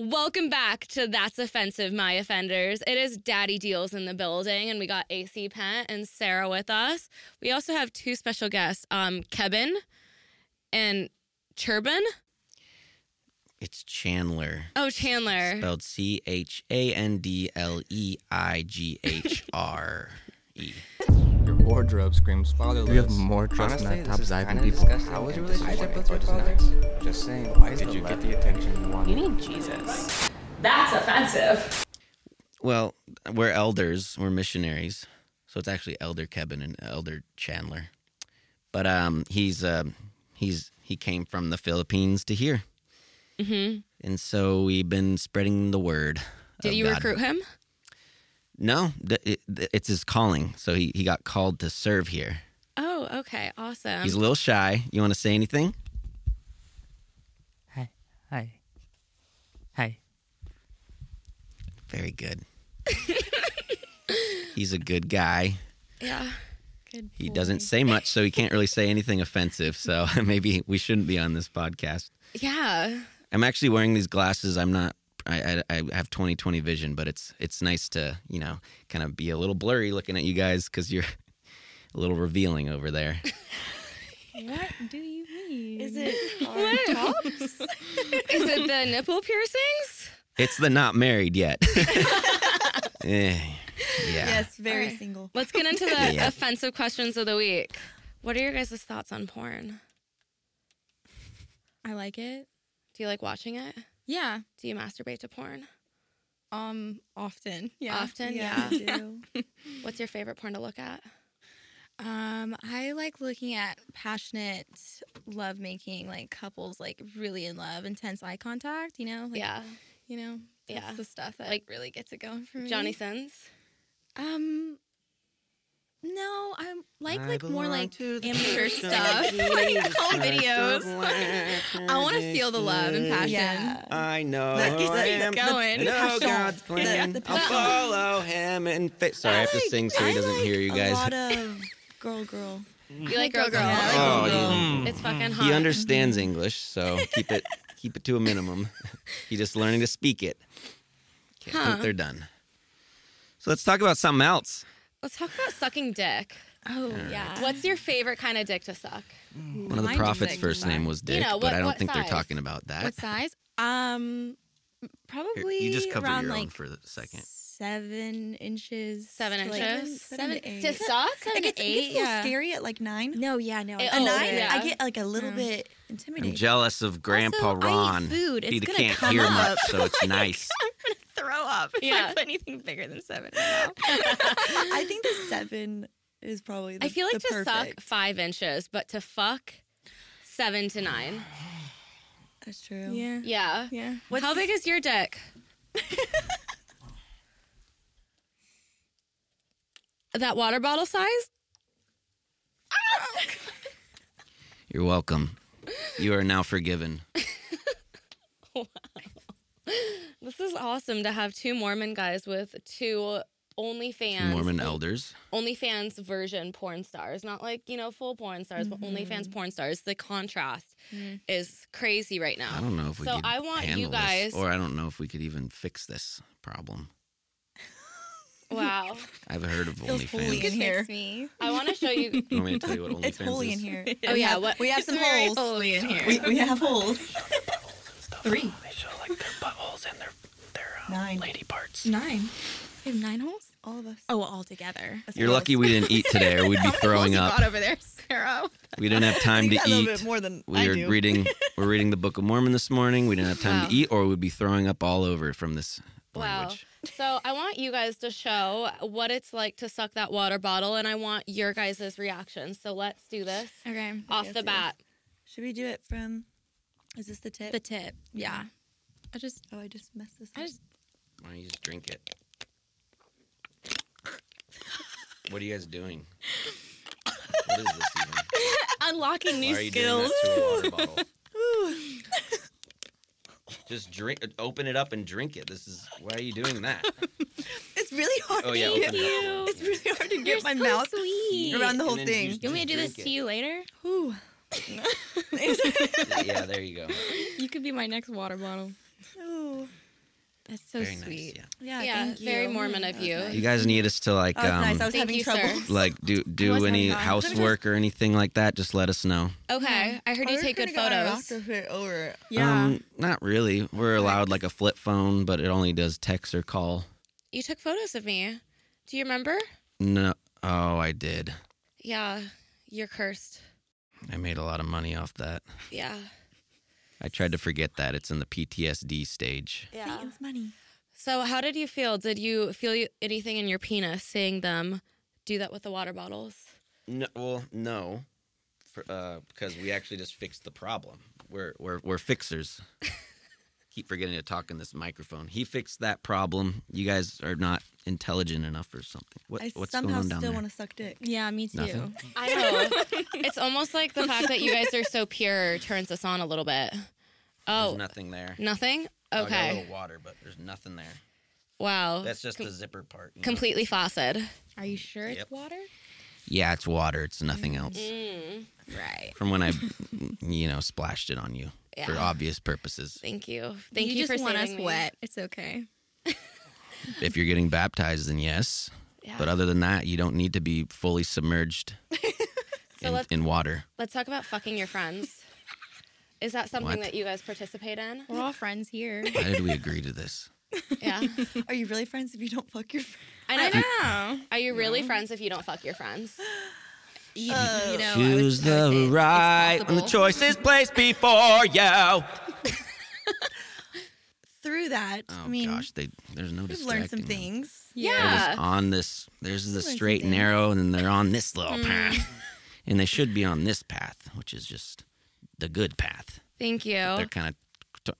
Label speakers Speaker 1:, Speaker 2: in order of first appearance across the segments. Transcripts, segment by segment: Speaker 1: Welcome back to That's Offensive, My Offenders. It is Daddy Deals in the building, and we got AC Pent and Sarah with us. We also have two special guests, um, Kevin and Turbin.
Speaker 2: It's Chandler.
Speaker 1: Oh, Chandler.
Speaker 2: Spelled C H A N D L E I G H R E.
Speaker 3: Your wardrobe screams fatherless.
Speaker 4: You have more trust in
Speaker 5: Honestly,
Speaker 4: our
Speaker 5: this
Speaker 4: top
Speaker 5: is
Speaker 4: Zyban
Speaker 5: kinda
Speaker 4: people.
Speaker 5: disgusting
Speaker 3: How was your
Speaker 5: and
Speaker 3: relationship with your
Speaker 5: disappointing,
Speaker 3: father?
Speaker 5: but it's nice. Just saying, why is
Speaker 3: Did
Speaker 5: the
Speaker 3: you get
Speaker 5: left-
Speaker 3: the attention you
Speaker 6: You
Speaker 3: wanted?
Speaker 6: need Jesus. That's offensive.
Speaker 2: Well, we're elders, we're missionaries. So it's actually Elder Kevin and Elder Chandler. But um he's um he's he came from the Philippines to here.
Speaker 1: Mm-hmm.
Speaker 2: And so we've been spreading the word.
Speaker 1: Did
Speaker 2: of
Speaker 1: you
Speaker 2: oh, God.
Speaker 1: recruit him?
Speaker 2: No, th- it, th- it's his calling. So he, he got called to serve here.
Speaker 1: Oh, okay. Awesome.
Speaker 2: He's a little shy. You want to say anything?
Speaker 4: Hi. Hi.
Speaker 2: Very good. He's a good guy.
Speaker 1: yeah. Good.
Speaker 2: He
Speaker 1: boy.
Speaker 2: doesn't say much, so he can't really say anything offensive. So maybe we shouldn't be on this podcast.
Speaker 1: Yeah.
Speaker 2: I'm actually wearing these glasses. I'm not. I, I, I have 20/20 vision, but it's it's nice to you know kind of be a little blurry looking at you guys because you're a little revealing over there.
Speaker 7: What do you mean?
Speaker 5: Is it
Speaker 1: What? Is it the nipple piercings?
Speaker 2: It's the not married yet. Eh, yeah.
Speaker 7: Yes, very
Speaker 1: Alright.
Speaker 7: single.
Speaker 1: Let's get into the
Speaker 2: Yeah.
Speaker 1: offensive questions of the week. What are your guys' thoughts on porn?
Speaker 7: I like it.
Speaker 1: Do you like watching it?
Speaker 7: Yeah.
Speaker 1: Do you masturbate to porn?
Speaker 7: Um. Often. Yeah.
Speaker 1: Often,
Speaker 7: Yeah. I do.
Speaker 1: What's your favorite porn to look at?
Speaker 7: um. I like looking at passionate lovemaking, like couples like really in love, intense eye contact. You know. Like,
Speaker 1: yeah.
Speaker 7: You know. That's
Speaker 1: Yeah.
Speaker 7: The stuff that
Speaker 1: Like
Speaker 7: like really gets it going for me.
Speaker 1: Johnny Sins?
Speaker 7: Um. No, I like
Speaker 2: I
Speaker 7: like more
Speaker 2: belong
Speaker 7: like
Speaker 2: to the
Speaker 7: amateur
Speaker 2: church of
Speaker 7: stuff, like
Speaker 2: Jesus
Speaker 7: home
Speaker 2: Christ of
Speaker 7: videos. I want to feel the love and passion.
Speaker 6: Yeah.
Speaker 2: I know.
Speaker 7: That
Speaker 2: who
Speaker 7: gets
Speaker 2: I
Speaker 7: me
Speaker 2: am.
Speaker 7: going.
Speaker 2: No
Speaker 7: The
Speaker 2: God's
Speaker 7: passion.
Speaker 2: plan.
Speaker 7: The
Speaker 2: I'll
Speaker 7: passion.
Speaker 2: follow him and fit. Sorry, I have to
Speaker 7: like-
Speaker 2: sing so he
Speaker 7: I
Speaker 2: doesn't
Speaker 7: like
Speaker 2: hear you
Speaker 7: A
Speaker 2: guys.
Speaker 7: lot of girl, girl.
Speaker 1: You like girl girl? Mm-hmm.
Speaker 7: Yeah, I like
Speaker 2: oh,
Speaker 3: Mm.
Speaker 1: It's fucking
Speaker 2: he,
Speaker 1: hot.
Speaker 2: he understands English, so keep it keep it to a minimum. He's just learning to speak it. Okay, I
Speaker 1: Huh.
Speaker 2: think they're done. So let's talk about something else.
Speaker 1: Let's talk about sucking dick.
Speaker 7: Oh yeah.
Speaker 1: What's your favorite kind of dick to suck?
Speaker 2: One of the
Speaker 7: Mine
Speaker 2: prophet's
Speaker 7: didn't
Speaker 2: first
Speaker 7: like
Speaker 2: name was Dick,
Speaker 1: know, what-
Speaker 2: but I don't
Speaker 1: what
Speaker 2: think
Speaker 1: size?
Speaker 2: they're talking about that.
Speaker 7: What size? Um,
Speaker 2: Here,
Speaker 7: probably
Speaker 2: you just cover
Speaker 7: around
Speaker 2: your
Speaker 7: like
Speaker 2: own for a second.
Speaker 7: seven inches.
Speaker 1: Seven
Speaker 7: to, like,
Speaker 1: inches?
Speaker 7: seven to eight.
Speaker 1: To suck? Like,
Speaker 7: Seven to
Speaker 1: it's-
Speaker 7: eight.
Speaker 1: it's
Speaker 7: yeah.
Speaker 5: scary at like nine?
Speaker 7: No, yeah, no.
Speaker 1: It-
Speaker 7: I
Speaker 5: A
Speaker 1: Oh,
Speaker 5: nine?
Speaker 1: yeah.
Speaker 5: Eh,
Speaker 1: Mm.
Speaker 5: I get like a little
Speaker 7: No.
Speaker 5: bit
Speaker 2: I'm
Speaker 5: intimidated.
Speaker 2: jealous of Grandpa
Speaker 7: Also, I eat
Speaker 2: Ron.
Speaker 7: food. It's
Speaker 2: he
Speaker 7: gonna
Speaker 2: can't
Speaker 7: come
Speaker 2: hear
Speaker 7: up.
Speaker 2: much, so it's nice.
Speaker 7: throw up. if
Speaker 1: Yeah.
Speaker 7: I put anything bigger than seven. right now.
Speaker 5: I think the seven is probably. The,
Speaker 1: I feel like
Speaker 5: the
Speaker 1: to
Speaker 5: perfect.
Speaker 1: suck five inches, but to fuck seven to nine.
Speaker 5: That's true.
Speaker 7: yeah.
Speaker 1: Yeah.
Speaker 7: Yeah.
Speaker 1: How big is your dick? that water bottle size?
Speaker 2: You're welcome. You are now forgiven.
Speaker 1: This is awesome to have two Mormon guys with two OnlyFans
Speaker 2: Mormon elders.
Speaker 1: OnlyFans version porn stars, not like you know full porn stars, but OnlyFans porn stars. The contrast is crazy right
Speaker 2: I
Speaker 1: now.
Speaker 2: don't know if we
Speaker 1: So
Speaker 2: could
Speaker 1: I want you
Speaker 2: handle
Speaker 1: guys-
Speaker 2: this, or I don't know if we could even fix this problem.
Speaker 1: Wow,
Speaker 2: I've heard of
Speaker 5: Feels holy
Speaker 2: OnlyFans.
Speaker 5: in here.
Speaker 7: me.
Speaker 1: I want to show you.
Speaker 2: You want me to tell you what OnlyFans
Speaker 5: It's holy
Speaker 2: is?
Speaker 5: in here.
Speaker 1: Oh yeah, what?
Speaker 5: We have some holes.
Speaker 7: Holy in here.
Speaker 5: We, we have holes.
Speaker 6: Three.
Speaker 2: um,
Speaker 5: Nine.
Speaker 7: Nine. We have nine holes.
Speaker 5: All of us.
Speaker 7: Oh, all together.
Speaker 5: That's
Speaker 2: You're
Speaker 5: gross.
Speaker 2: lucky we didn't eat today, or we'd be throwing
Speaker 7: you
Speaker 2: up.
Speaker 7: got over there, Sarah?
Speaker 2: We didn't have time
Speaker 5: You
Speaker 2: to
Speaker 5: got a little bit
Speaker 2: eat.
Speaker 5: more than
Speaker 2: We
Speaker 5: I
Speaker 2: are
Speaker 5: do.
Speaker 2: reading. We're reading the Book of Mormon this morning. We didn't have time
Speaker 1: Wow.
Speaker 2: to eat, or we'd be throwing up all over from this
Speaker 1: Wow.
Speaker 2: language.
Speaker 1: So I want you guys to show what it's like to suck that water bottle, and I want your guys' reactions. So let's do this
Speaker 7: Okay.
Speaker 1: off
Speaker 5: yes,
Speaker 1: the
Speaker 5: yes.
Speaker 1: bat.
Speaker 5: Should we do it from? Is this the tip?
Speaker 7: The tip. Yeah. I just
Speaker 5: oh, I just messed this.
Speaker 7: I
Speaker 5: up.
Speaker 7: just-
Speaker 2: Why don't you just drink it? What are you guys doing? What is this even?
Speaker 7: unlocking
Speaker 2: Why are you doing that to a water bottle? Just drink. Open it up and drink it. This is why are you doing that?
Speaker 5: it's really hard.
Speaker 2: Oh yeah,
Speaker 5: to get,
Speaker 2: open it up.
Speaker 5: It's really hard to get
Speaker 7: You're
Speaker 5: my
Speaker 7: so
Speaker 5: mouth
Speaker 7: sweet.
Speaker 5: around the whole
Speaker 2: And then
Speaker 5: thing.
Speaker 2: just
Speaker 7: You want me to do
Speaker 2: drink
Speaker 7: this to you later?
Speaker 5: Ooh.
Speaker 2: it. Yeah, there you go.
Speaker 7: You could be my next water bottle.
Speaker 5: Ooh.
Speaker 7: That's so
Speaker 2: Very
Speaker 7: sweet.
Speaker 2: nice.
Speaker 5: Yeah,
Speaker 7: Yeah,
Speaker 5: thank you.
Speaker 1: very Mormon of
Speaker 5: That was
Speaker 1: you.
Speaker 2: Yeah.
Speaker 5: nice.
Speaker 2: You guys need us to like
Speaker 5: Oh, it's
Speaker 2: um
Speaker 5: nice. I was
Speaker 1: Thank
Speaker 5: having
Speaker 1: you,
Speaker 5: trouble.
Speaker 1: sir.
Speaker 2: like do
Speaker 5: I
Speaker 2: do
Speaker 5: was
Speaker 2: any
Speaker 5: having fun.
Speaker 2: housework or anything like that. Just let us know.
Speaker 1: Okay, I heard you take good photos.
Speaker 5: over.
Speaker 1: Yeah,
Speaker 2: Um, not really. We're allowed like a flip phone, but it only does text or call.
Speaker 1: you took photos of me. Do you remember?
Speaker 2: No. Oh, I did.
Speaker 1: Yeah, you're cursed.
Speaker 2: I made a lot of money off that.
Speaker 1: Yeah.
Speaker 2: I tried to forget that. It's in the PTSD stage.
Speaker 5: Satan's money.
Speaker 1: So, how did you feel? Did you feel you- anything in your penis seeing them do that with the water bottles?
Speaker 2: No, well, no, for, uh, because we actually just fixed the problem. We're we're we're fixers. Keep forgetting to talk in this microphone. He fixed that problem. You guys are not intelligent enough or something. What,
Speaker 5: I
Speaker 2: what's going
Speaker 5: somehow
Speaker 2: on down
Speaker 5: still
Speaker 2: there?
Speaker 5: want to suck dick.
Speaker 7: Yeah, me too.
Speaker 2: Nothing.
Speaker 1: I know. it's almost like the fact that you guys are so pure turns us on a little bit. Oh,
Speaker 2: There's nothing there.
Speaker 1: nothing?
Speaker 2: Oh, I got a
Speaker 1: Okay.
Speaker 2: little water, but there's nothing there.
Speaker 1: Wow.
Speaker 2: That's just the zipper part. you know?
Speaker 1: completely flaccid.
Speaker 7: Are you sure it's
Speaker 2: Yep.
Speaker 7: water?
Speaker 2: Yeah, it's water. It's nothing
Speaker 5: Mm-hmm.
Speaker 2: else.
Speaker 7: Right.
Speaker 2: From when I, you know, splashed it on you for
Speaker 1: Yeah.
Speaker 2: obvious purposes.
Speaker 1: Thank you. Thank you,
Speaker 7: you
Speaker 1: for
Speaker 7: just want us
Speaker 1: saving me.
Speaker 7: wet. It's okay.
Speaker 2: If you're getting baptized, then yes.
Speaker 1: Yeah.
Speaker 2: But other than that, you don't need to be fully submerged
Speaker 1: So
Speaker 2: in,
Speaker 1: let's-
Speaker 2: in water.
Speaker 1: Let's talk about fucking your friends. Is that something
Speaker 2: What?
Speaker 1: that you guys participate in?
Speaker 7: We're all friends here.
Speaker 2: Why did we agree to this?
Speaker 1: Yeah.
Speaker 5: Are you really friends if you don't fuck your friend?
Speaker 1: I know.
Speaker 7: I know.
Speaker 1: Are you really friends if you don't fuck your friends?
Speaker 7: You,
Speaker 5: Oh.
Speaker 7: you know, I would-
Speaker 2: Choose
Speaker 7: I would say
Speaker 2: the
Speaker 7: it's-
Speaker 2: right
Speaker 7: it's
Speaker 2: and the
Speaker 7: possible.
Speaker 2: choice is placed before you.
Speaker 5: Through that,
Speaker 2: Oh
Speaker 5: I mean,
Speaker 2: gosh, they, there's no
Speaker 5: we've
Speaker 2: distracting.
Speaker 5: learned some
Speaker 2: them.
Speaker 5: things.
Speaker 2: They're
Speaker 1: Yeah.
Speaker 2: just on this. There's the
Speaker 5: some
Speaker 2: straight and
Speaker 5: things.
Speaker 2: narrow, and then they're on this little path, and they should be on this path, which is just the good path.
Speaker 1: Thank you.
Speaker 2: They're kind of.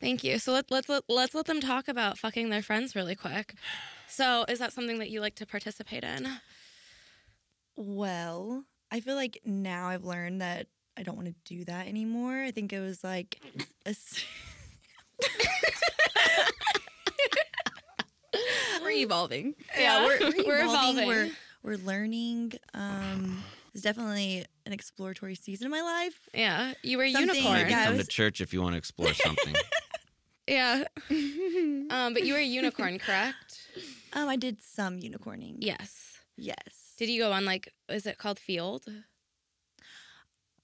Speaker 1: Thank you. So let, let's let, let's let them talk about fucking their friends really quick. So is that something that you like to participate in?
Speaker 5: Well, I feel like now I've learned that I don't want to do that anymore. I think it was like a s-
Speaker 7: We're evolving.
Speaker 1: Yeah, we're- we're evolving.
Speaker 5: We're, we're learning. Um, it's definitely an exploratory season of my life.
Speaker 1: Yeah, you were a
Speaker 5: Something
Speaker 1: unicorn.
Speaker 5: like that. Yeah, I
Speaker 2: come
Speaker 5: was-
Speaker 2: to church if you want to explore something.
Speaker 1: Yeah. um, but you were a unicorn, correct?
Speaker 5: Um, I did some unicorning.
Speaker 1: Yes.
Speaker 5: Yes.
Speaker 1: Did you go on like is it called Field?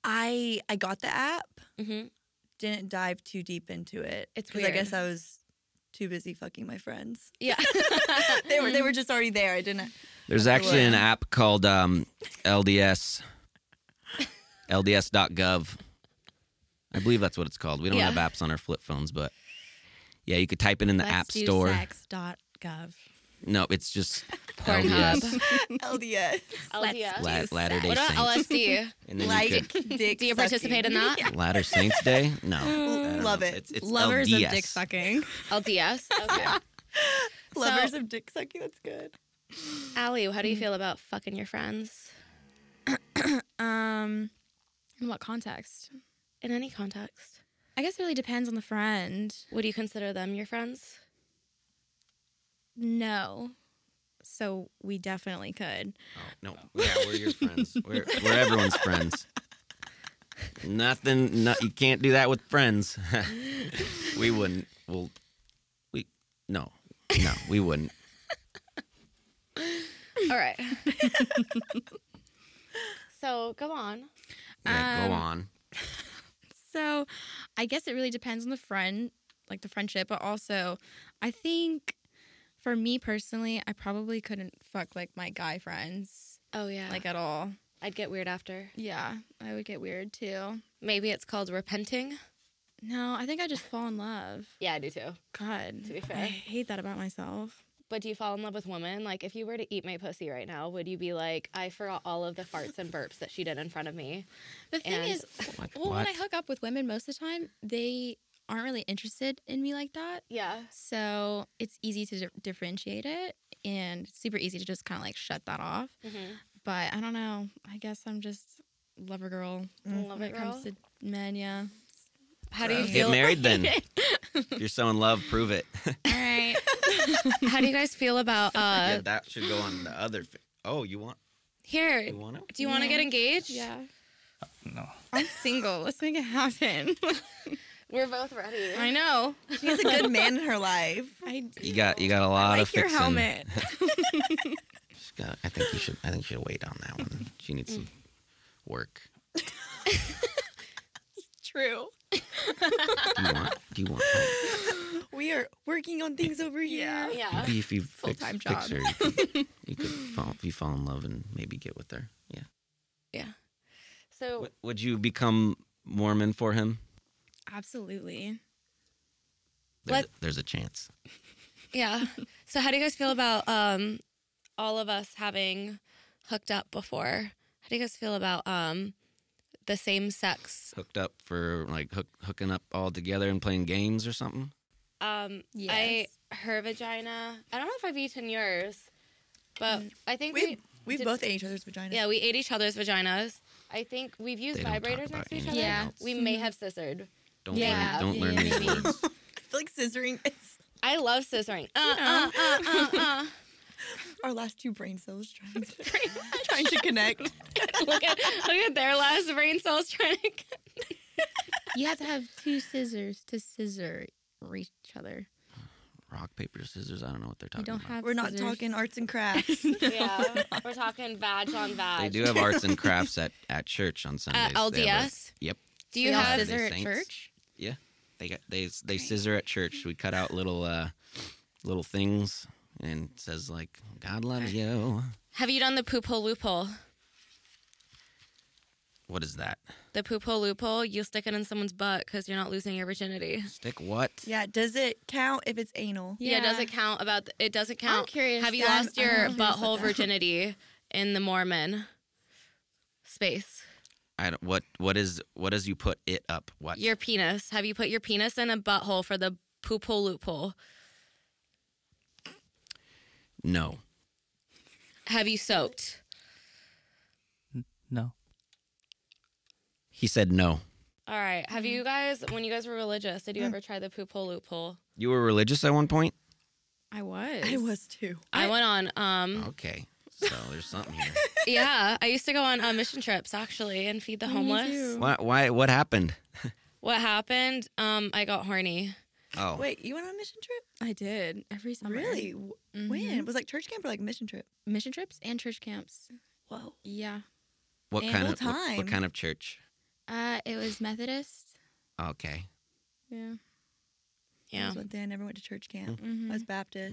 Speaker 5: I I got the app.
Speaker 1: Mhm.
Speaker 5: Didn't dive too deep into it.
Speaker 1: It's
Speaker 5: 'Cause
Speaker 1: weird.
Speaker 5: I guess I was too busy fucking my friends.
Speaker 1: Yeah.
Speaker 5: they were they were just already there. I didn't.
Speaker 2: There's actually an app called um, LDS, LDS.gov. I believe that's what it's called. We don't
Speaker 1: Yeah.
Speaker 2: have apps on our flip phones, but yeah, you could type it in the
Speaker 7: Let's
Speaker 2: app
Speaker 7: do
Speaker 2: store.
Speaker 7: Sex.gov.
Speaker 2: No, it's just LDS,
Speaker 1: Pornhub.
Speaker 5: LDS.
Speaker 1: LDS.
Speaker 2: La- Latter Day
Speaker 1: What about uh,
Speaker 2: Saints.
Speaker 1: LSD?
Speaker 2: And then you
Speaker 5: Like
Speaker 2: could
Speaker 5: dick.
Speaker 1: Do you participate in that?
Speaker 2: Latter Saints Day? No, I don't
Speaker 5: Love
Speaker 2: know.
Speaker 5: it.
Speaker 2: It's, it's
Speaker 7: Lovers
Speaker 2: LDS.
Speaker 7: of dick sucking.
Speaker 1: LDS. Okay.
Speaker 5: Lovers of dick sucking. That's good.
Speaker 1: Allie, how do you feel about fucking your friends
Speaker 7: Um, in what context?
Speaker 1: in any context?
Speaker 7: I guess it really depends on the friend.
Speaker 1: Would you consider them your friends?
Speaker 7: No. So we definitely could.
Speaker 2: Oh, no, yeah, we're your friends. We're, we're everyone's friends. Nothing. No, you can't do that with friends. we wouldn't. Well, we no, no, we wouldn't.
Speaker 1: All right. so go on.
Speaker 2: Yeah,
Speaker 7: Um,
Speaker 2: go on.
Speaker 7: So I guess it really depends on the friend, like the friendship, but also I think for me personally, I probably couldn't fuck like my guy friends
Speaker 1: Oh yeah. Like
Speaker 7: like at all.
Speaker 1: I'd get weird after.
Speaker 7: Yeah, I would get weird too.
Speaker 1: Maybe it's called repenting.
Speaker 7: No, I think I just fall in love.
Speaker 1: Yeah, I do too.
Speaker 7: God,
Speaker 1: To be fair.
Speaker 7: I hate that about myself.
Speaker 1: But do you fall in love with women? Like, if you were to eat my pussy right now, would you be like, I forgot all of the farts and burps that she did in front of me?
Speaker 7: The thing
Speaker 1: And-
Speaker 7: is,
Speaker 2: What-
Speaker 7: well, when
Speaker 2: what?
Speaker 7: I hook up with women, most of the time they aren't really interested in me like that.
Speaker 1: Yeah.
Speaker 7: So it's easy to di- differentiate it, and it's super easy to just kind of like shut that off. But I don't know. I guess I'm just lover girl
Speaker 1: Love
Speaker 7: when
Speaker 1: it,
Speaker 7: it
Speaker 1: girl.
Speaker 7: comes to men. Yeah.
Speaker 1: How do you
Speaker 2: Get
Speaker 1: feel?
Speaker 2: married then. if you're so in love, prove it.
Speaker 7: All right.
Speaker 1: How do you guys feel about?
Speaker 2: yeah,
Speaker 1: uh
Speaker 2: that should go on the other. Fi- oh, you want?
Speaker 1: Here,
Speaker 2: You want it?
Speaker 1: do you want to
Speaker 7: Yeah.
Speaker 2: Uh,
Speaker 1: get engaged?
Speaker 7: yeah.
Speaker 4: No.
Speaker 7: I'm single. Let's make it happen.
Speaker 1: We're both ready.
Speaker 7: I know.
Speaker 5: She has a good man in her life.
Speaker 7: I
Speaker 2: You got you got a lot of
Speaker 7: like your
Speaker 2: fixing.
Speaker 7: helmet.
Speaker 2: She's got- I think you should. I think you should wait on that one. She needs some work.
Speaker 7: True.
Speaker 2: Do you want? Do you want help?
Speaker 5: We are working on things over here.
Speaker 7: Yeah.
Speaker 1: Yeah.
Speaker 2: Maybe if you fix,
Speaker 7: Full-time
Speaker 2: fix
Speaker 7: job.
Speaker 2: her, you could, you could fall if you fall in love and maybe get with her. Yeah.
Speaker 1: So
Speaker 2: W- would you become Mormon for him?
Speaker 7: Absolutely.
Speaker 2: There's,
Speaker 1: Let-
Speaker 2: there's a chance.
Speaker 1: yeah. So how do you guys feel about um all of us having hooked up before? How do you guys feel about um the same sex?
Speaker 2: Hooked up for like hook, hooking up all together and playing games or something.
Speaker 1: Um
Speaker 7: Yes.
Speaker 1: I her vagina. I don't know if I've eaten yours, but I think we,
Speaker 5: We we've
Speaker 1: Did-
Speaker 5: both ate each other's vaginas.
Speaker 1: yeah we ate each other's vaginas. I think we've used
Speaker 2: They don't talk
Speaker 1: vibrators
Speaker 2: about
Speaker 1: next to each other.
Speaker 2: anything
Speaker 7: Yeah.
Speaker 2: else.
Speaker 1: We may have scissored.
Speaker 2: Don't
Speaker 7: Yeah.
Speaker 2: learn. Don't learn these
Speaker 7: Yeah.
Speaker 2: words.
Speaker 5: I feel like scissoring is
Speaker 1: I love scissoring. Uh, uh, uh, uh, uh.
Speaker 5: our last two brain cells trying to trying to connect.
Speaker 1: look at look at their last brain cells trying to.
Speaker 7: You have to have two scissors to scissor each other.
Speaker 2: Rock, paper, scissors. I don't know what they're talking
Speaker 7: We don't
Speaker 2: about.
Speaker 7: have.
Speaker 5: We're not
Speaker 7: scissors.
Speaker 5: talking arts and crafts.
Speaker 1: Yeah, we're talking badge on badge.
Speaker 2: They do have arts and crafts at, at church on Sundays.
Speaker 1: At
Speaker 2: They have a-
Speaker 1: LDS.
Speaker 2: yep.
Speaker 1: Do you
Speaker 7: We all
Speaker 1: have?
Speaker 2: scissors.
Speaker 7: scissor at
Speaker 2: Saints.
Speaker 7: church?
Speaker 2: They got they they scissor at church. We cut out little uh little things and it says like God loves you.
Speaker 1: Have you done the poop hole loophole?
Speaker 2: What is that?
Speaker 1: The poop hole loophole. You stick it in someone's butt because you're not losing your virginity.
Speaker 2: Stick what?
Speaker 5: yeah, does it count if it's anal?
Speaker 1: Yeah, it doesn't count about. The, it doesn't count.
Speaker 7: curious.
Speaker 1: Have you
Speaker 5: Yeah, I'm-
Speaker 1: lost your
Speaker 5: I'm curious about
Speaker 1: butthole
Speaker 5: that.
Speaker 1: virginity in the Mormon space?
Speaker 2: I don't, what what is what is you put it up? What?
Speaker 1: Your penis. Have you put your penis in a butthole for the poop hole loophole?
Speaker 2: no.
Speaker 1: Have you soaked?
Speaker 4: No.
Speaker 2: He said no.
Speaker 1: All right. Have you guys, when you guys were religious, did you ever try the poop hole loophole?
Speaker 2: You were religious at one point?
Speaker 7: I was.
Speaker 5: I was too.
Speaker 1: I went on. Um,
Speaker 2: Okay. So there's something here.
Speaker 1: yeah, I used to go on uh, mission trips actually and feed the homeless.
Speaker 7: too.
Speaker 2: why why what happened?
Speaker 1: What happened? Um, I got horny.
Speaker 2: Oh.
Speaker 5: Wait, you went on a mission trip?
Speaker 7: I did every summer.
Speaker 5: Really? W
Speaker 1: Mm-hmm.
Speaker 5: When? Was it like church camp or like mission trip?
Speaker 7: Mission trips and church camps.
Speaker 5: Whoa.
Speaker 7: Yeah.
Speaker 2: what
Speaker 7: and
Speaker 2: kind
Speaker 5: whole
Speaker 2: of what- What,
Speaker 5: time.
Speaker 2: kind of church?
Speaker 7: Uh, it was Methodist.
Speaker 2: Okay.
Speaker 7: Yeah.
Speaker 5: That
Speaker 1: Yeah.
Speaker 5: was one thing I never went to church camp. I
Speaker 7: Mm-hmm.
Speaker 5: was Baptist.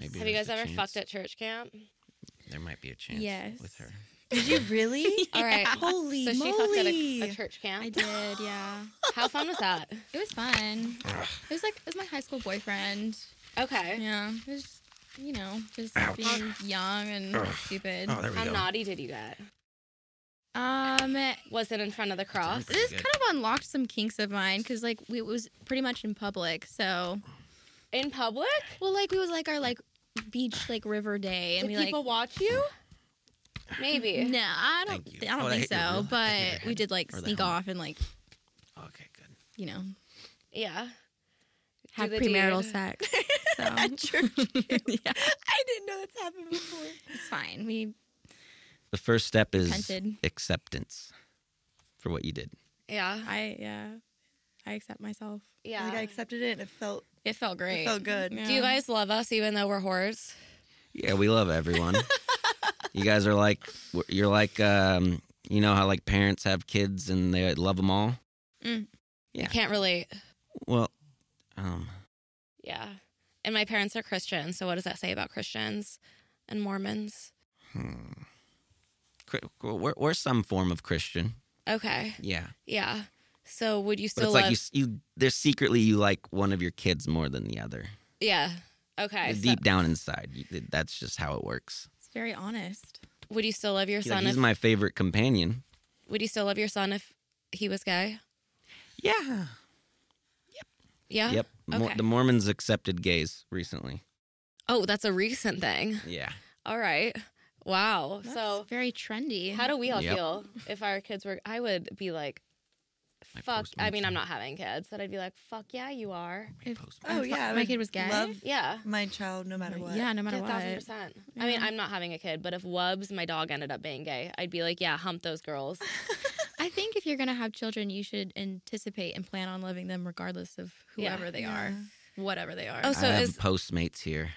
Speaker 2: Mm. Maybe
Speaker 1: Have you
Speaker 2: there's
Speaker 1: guys
Speaker 2: a
Speaker 1: ever
Speaker 2: chance.
Speaker 1: fucked at church camp?
Speaker 2: There might be a chance
Speaker 7: Yes.
Speaker 2: with her.
Speaker 5: Did you really?
Speaker 1: All right.
Speaker 5: Holy
Speaker 1: So she fucked at
Speaker 5: moly!
Speaker 1: a, a church
Speaker 7: I
Speaker 1: camp.
Speaker 7: did. Yeah.
Speaker 1: How fun was that?
Speaker 7: It was fun. It was like it was my high school boyfriend.
Speaker 1: Okay.
Speaker 7: Yeah. It was just, you know just being young and stupid.
Speaker 2: there
Speaker 1: How naughty did you get?
Speaker 7: Um.
Speaker 1: Was it in front of the cross?
Speaker 7: This
Speaker 2: good.
Speaker 7: kind of unlocked some kinks of mine because like we, it was pretty much in public. So
Speaker 1: In public?
Speaker 7: well, like we was like our like beach like river day and
Speaker 1: Did
Speaker 7: we
Speaker 1: people
Speaker 7: like.
Speaker 1: watch you? Maybe.
Speaker 7: No, I don't.
Speaker 2: Thank you.
Speaker 7: thi- I don't
Speaker 2: Oh,
Speaker 7: think
Speaker 2: that hit your
Speaker 7: so.
Speaker 2: real- that hit your
Speaker 7: But we
Speaker 2: head
Speaker 7: did like
Speaker 2: or the
Speaker 7: sneak
Speaker 2: helmet.
Speaker 7: off and like
Speaker 2: Okay, good.
Speaker 7: you know
Speaker 1: Yeah.
Speaker 7: have
Speaker 1: the
Speaker 7: premarital
Speaker 1: deed.
Speaker 7: sex. So
Speaker 5: at church.
Speaker 7: yeah,
Speaker 5: I didn't know that's happened before.
Speaker 7: it's fine. We
Speaker 2: The first step is
Speaker 7: Repented.
Speaker 2: acceptance for what you did.
Speaker 1: Yeah.
Speaker 7: I yeah, I accept myself.
Speaker 1: Yeah.
Speaker 5: Like I accepted it and it felt
Speaker 7: It felt great.
Speaker 5: it felt good.
Speaker 1: Do
Speaker 2: um,
Speaker 1: you guys love us even though we're whores?
Speaker 2: Yeah, we love everyone. you guys are like, you're like, um, you know how like parents have kids and they love them all.
Speaker 1: I can't relate.
Speaker 2: Well, um,
Speaker 1: Yeah. And my parents are Christian, so what does that say about Christians and Mormons?
Speaker 2: hmm. Cri- We're, we're some form of Christian.
Speaker 1: Okay.
Speaker 2: Yeah,
Speaker 1: Yeah. So would you
Speaker 2: but
Speaker 1: still
Speaker 2: it's
Speaker 1: love?
Speaker 2: like you, s- you, there's secretly you like one of your kids more than the other.
Speaker 1: yeah. Okay. so
Speaker 2: Deep down inside, you, that's just how it works.
Speaker 7: It's very honest.
Speaker 1: would you still love your
Speaker 2: He's, like,
Speaker 1: son?
Speaker 2: he's
Speaker 1: if,
Speaker 2: my favorite companion.
Speaker 1: would you still love your son if he was gay?
Speaker 2: Yeah.
Speaker 1: Yeah.
Speaker 2: Yep. Mo-
Speaker 1: Oh, okay.
Speaker 2: the Mormons accepted gays recently.
Speaker 1: Oh, that's a recent thing.
Speaker 2: Yeah.
Speaker 1: All right. Wow. so
Speaker 7: That's very trendy.
Speaker 1: how do we all
Speaker 2: Yep.
Speaker 1: feel if our kids were? I would be like,
Speaker 2: My
Speaker 1: fuck. I mean,
Speaker 2: postmates.
Speaker 1: I'm not having kids, but I'd be like, fuck yeah, you are.
Speaker 7: If-
Speaker 5: Oh
Speaker 7: If
Speaker 5: yeah, I
Speaker 7: my
Speaker 5: would
Speaker 7: kid was gay?
Speaker 5: Love
Speaker 1: Yeah.
Speaker 5: my child no matter what.
Speaker 7: Yeah, no matter
Speaker 1: A
Speaker 7: what.
Speaker 1: thousand percent. I mean,
Speaker 7: Yeah.
Speaker 1: I'm not having a kid, but if Wubs, my dog, ended up being gay, I'd be like, yeah, hump those girls.
Speaker 7: I I think if you're gonna have children, you should anticipate and plan on loving them regardless of
Speaker 1: Yeah.
Speaker 7: whoever they are, whatever they are.
Speaker 1: Oh, so
Speaker 2: I have
Speaker 1: is
Speaker 2: Postmates here.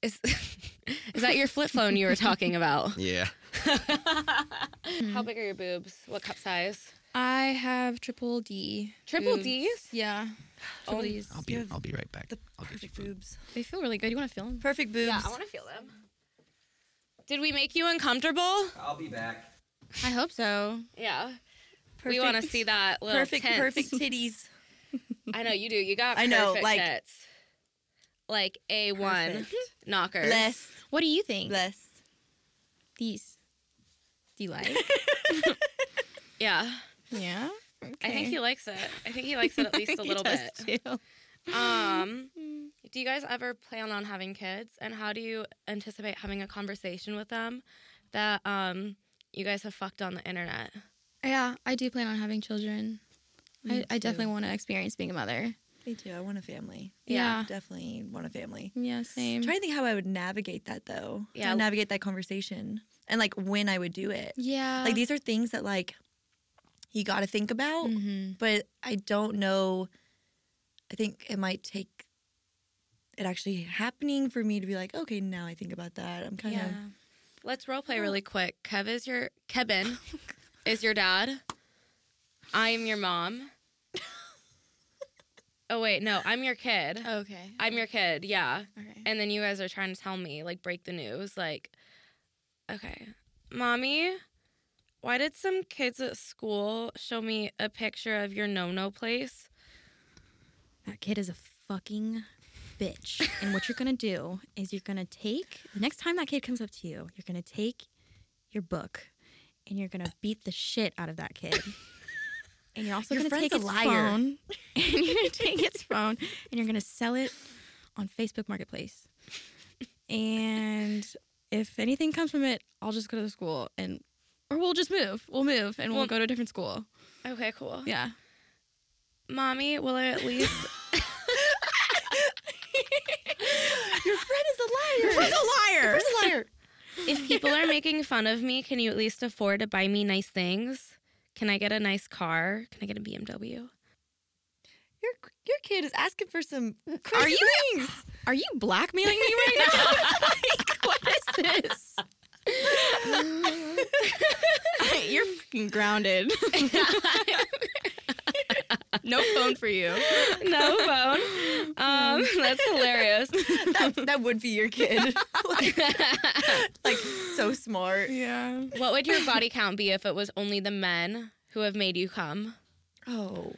Speaker 1: is is that your flip phone you were talking about?
Speaker 2: Yeah.
Speaker 1: How big are your boobs? What cup size?
Speaker 7: I have triple D.
Speaker 1: Triple
Speaker 7: boobs.
Speaker 1: D's?
Speaker 7: Yeah. Triple D's.
Speaker 2: I'll be
Speaker 5: You have
Speaker 2: I'll be right back.
Speaker 5: the
Speaker 2: I'll get you
Speaker 5: perfect
Speaker 2: food.
Speaker 5: boobs.
Speaker 7: They feel really good. You want to feel them?
Speaker 5: Perfect boobs.
Speaker 1: Yeah, I want to feel them. Did we make you uncomfortable?
Speaker 2: I'll be back.
Speaker 7: I hope so.
Speaker 1: Yeah.
Speaker 5: perfect,
Speaker 1: We want to see that little
Speaker 5: perfect,
Speaker 1: tits.
Speaker 5: perfect titties.
Speaker 1: I know you do. You got.
Speaker 5: I know,
Speaker 1: perfect
Speaker 5: like-
Speaker 1: tits. like a one
Speaker 5: Perfect.
Speaker 1: knockers.
Speaker 5: Bless,
Speaker 7: What do you think?
Speaker 5: bless.
Speaker 7: These. Do you like?
Speaker 1: Yeah,
Speaker 7: yeah.
Speaker 1: I think he likes it. I think he likes it at least a little bit. Um,
Speaker 5: Mm-hmm.
Speaker 1: do you guys ever plan on having kids, and how do you anticipate having a conversation with them that um you guys have fucked on the internet?
Speaker 7: Yeah, I do plan on having children. I,
Speaker 5: Me
Speaker 7: I
Speaker 5: too.
Speaker 7: definitely want to experience being a mother.
Speaker 5: Me too. I want a family.
Speaker 7: Yeah.
Speaker 5: Definitely want a family.
Speaker 7: Yeah, same.
Speaker 5: trying to think how I would navigate that though.
Speaker 1: Yeah.
Speaker 5: Yeah. Navigate that conversation and like when I would do it.
Speaker 7: yeah.
Speaker 5: Like these are things that like you got to think about,
Speaker 7: hmm
Speaker 5: but I don't know. I think it might take it actually happening for me to be like, okay, now I think about that. I'm kind
Speaker 7: Yeah.
Speaker 5: of
Speaker 1: Let's role play really quick. Kev is your Kevin is your dad. I am your mom. oh wait, no, I'm your kid.
Speaker 5: Oh.
Speaker 7: Okay.
Speaker 1: I'm your kid. Yeah.
Speaker 7: Okay.
Speaker 1: And then you guys are trying to tell me, like, break the news. Like, okay, mommy, why did some kids at school show me a picture of your no no place?
Speaker 7: That kid is a fucking bitch. and what you're gonna do is you're gonna take the next time that kid comes up to you, you're gonna take your book and you're gonna beat the shit out of that kid. And you're also
Speaker 5: Your
Speaker 7: gonna
Speaker 5: friend's
Speaker 7: take
Speaker 5: a
Speaker 7: its
Speaker 5: liar.
Speaker 7: phone. And you're gonna take its phone and you're gonna sell it on Facebook Marketplace. And if anything comes from it, I'll just go to the school and or we'll just move. We'll move and we'll
Speaker 1: Well-
Speaker 7: go to a different school.
Speaker 1: Okay, cool.
Speaker 7: Yeah.
Speaker 1: Mommy, will I at least.
Speaker 5: your friend is a liar. Your friend's a liar. a liar.
Speaker 1: if people are making fun of me, can you at least afford to buy me nice things? Can I get a nice car? Can I get a BMW?
Speaker 5: Your your kid is asking for some crazy things.
Speaker 7: Are you blackmailing me right now? like, what is this? You're fucking grounded. no phone for you.
Speaker 1: No phone. Um, that's hilarious.
Speaker 5: that, that would be your kid. like, like, so smart.
Speaker 7: Yeah.
Speaker 1: what would your body count be if it was only the men who have made you come?
Speaker 5: Oh.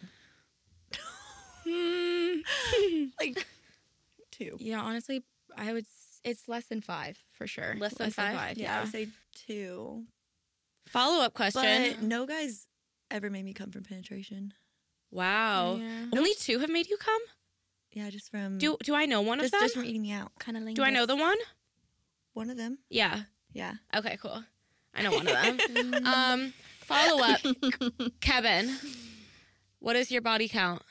Speaker 5: Hmm. like two.
Speaker 7: Yeah, honestly, I would. s- It's less than five for sure.
Speaker 1: Less than five?
Speaker 5: Yeah, I would say two.
Speaker 1: Follow up question.
Speaker 5: But no guys ever made me come from penetration.
Speaker 1: Wow.
Speaker 7: Oh. Yeah.
Speaker 1: Only two have made you come?
Speaker 5: Yeah, just from
Speaker 1: Do do I know one
Speaker 5: just,
Speaker 1: of them?
Speaker 5: just from eating me out.
Speaker 7: Kind of.
Speaker 1: do I know the one?
Speaker 5: One of them.
Speaker 1: Yeah.
Speaker 5: Yeah.
Speaker 1: Okay, cool. I know one of them. um follow up Kevin. What is your body count?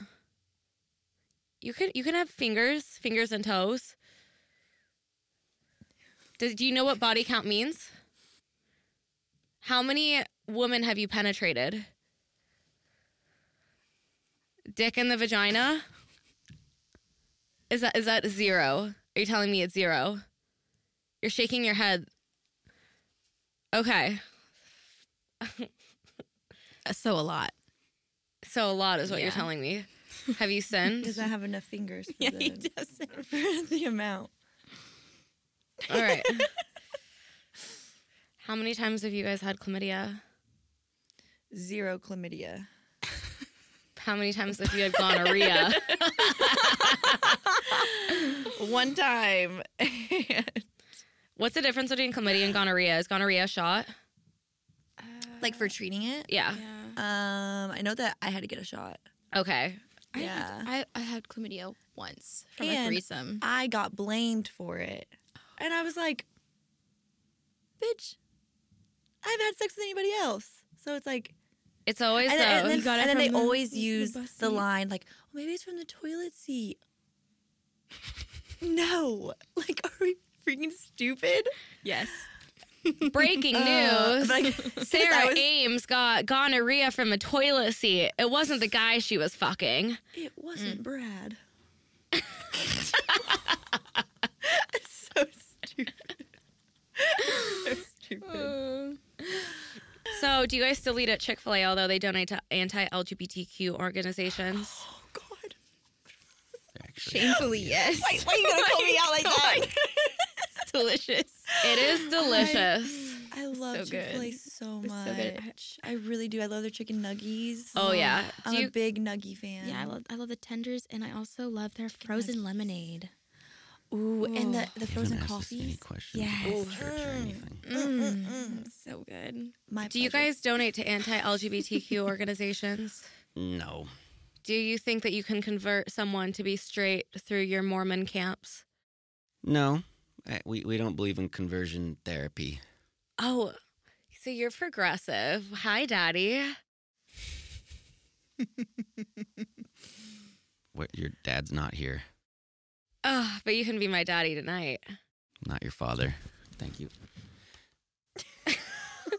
Speaker 1: You can you can have fingers, fingers and toes. Does, do you know what body count means? How many women have you penetrated? Dick in the vagina? Is that is that zero? Are you telling me it's zero? You're shaking your head. Okay.
Speaker 7: So a lot.
Speaker 1: So a lot is what you're
Speaker 7: Yeah.
Speaker 1: telling me. Have you sinned?
Speaker 5: Does not have enough fingers for,
Speaker 7: he
Speaker 5: the, for the amount?
Speaker 1: All right. How many times have you guys had chlamydia?
Speaker 5: Zero chlamydia.
Speaker 1: How many times have you had gonorrhea?
Speaker 5: One time.
Speaker 1: What's the difference between chlamydia and gonorrhea? Is gonorrhea a shot?
Speaker 5: like for treating it?
Speaker 1: Yeah.
Speaker 7: Yeah.
Speaker 5: Um, I know that I had to get a shot.
Speaker 1: Okay.
Speaker 7: I
Speaker 5: Yeah.
Speaker 7: Had, I, I had chlamydia once from a
Speaker 5: And-
Speaker 7: threesome.
Speaker 5: I got blamed for it. And I was like, bitch, I haven't had sex with anybody else. So it's like,
Speaker 1: It's always
Speaker 5: and, and
Speaker 1: those.
Speaker 5: then,
Speaker 7: got it
Speaker 5: and
Speaker 7: from
Speaker 5: then
Speaker 7: the-
Speaker 5: they always
Speaker 7: the
Speaker 5: use the,
Speaker 7: bus seat?
Speaker 5: line, like, oh, maybe it's from the toilet seat. no. Like, are we freaking stupid?
Speaker 7: Yes.
Speaker 1: Breaking
Speaker 5: Uh,
Speaker 1: news.
Speaker 5: like,
Speaker 1: Sarah
Speaker 5: I was-
Speaker 1: Ames got gonorrhea from a toilet seat. It wasn't the guy she was fucking.
Speaker 5: It
Speaker 7: Mm.
Speaker 5: wasn't Brad. it's so stupid.
Speaker 7: Oh.
Speaker 5: so stupid.
Speaker 1: So, do you guys still eat at Chick fil A, although they donate to anti LGBTQ organizations?
Speaker 5: Oh God.
Speaker 7: Shamefully, yes.
Speaker 5: Why are you gonna call me out like that?
Speaker 7: It's delicious.
Speaker 1: It is delicious.
Speaker 5: I love
Speaker 7: so
Speaker 5: Chick Fil A
Speaker 7: good.
Speaker 5: so
Speaker 7: It's
Speaker 5: much.
Speaker 7: so good.
Speaker 5: I really do. I love their chicken nuggies.
Speaker 1: Oh, yeah.
Speaker 5: I'm
Speaker 1: Do
Speaker 5: a
Speaker 1: you-
Speaker 5: big nuggy fan.
Speaker 7: Yeah, I love I love the tenders, and I also love their frozen lemonade.
Speaker 5: Ooh, and
Speaker 7: Oh.
Speaker 5: the, the
Speaker 2: You haven't
Speaker 5: frozen
Speaker 2: asked us Any
Speaker 5: coffees.
Speaker 2: questions
Speaker 7: Yes.
Speaker 2: about church or anything?
Speaker 5: Mm,
Speaker 7: Mm, So good.
Speaker 5: My
Speaker 1: Do you
Speaker 5: pleasure.
Speaker 1: guys donate to anti LGBTQ organizations?
Speaker 2: No.
Speaker 1: Do you think that you can convert someone to be straight through your Mormon camps?
Speaker 2: No. I, we, we don't believe in conversion therapy.
Speaker 1: Oh, so you're progressive. Hi, Daddy.
Speaker 2: What your dad's not here.
Speaker 1: Oh, but you can be my daddy tonight.
Speaker 2: Not your father. Thank you.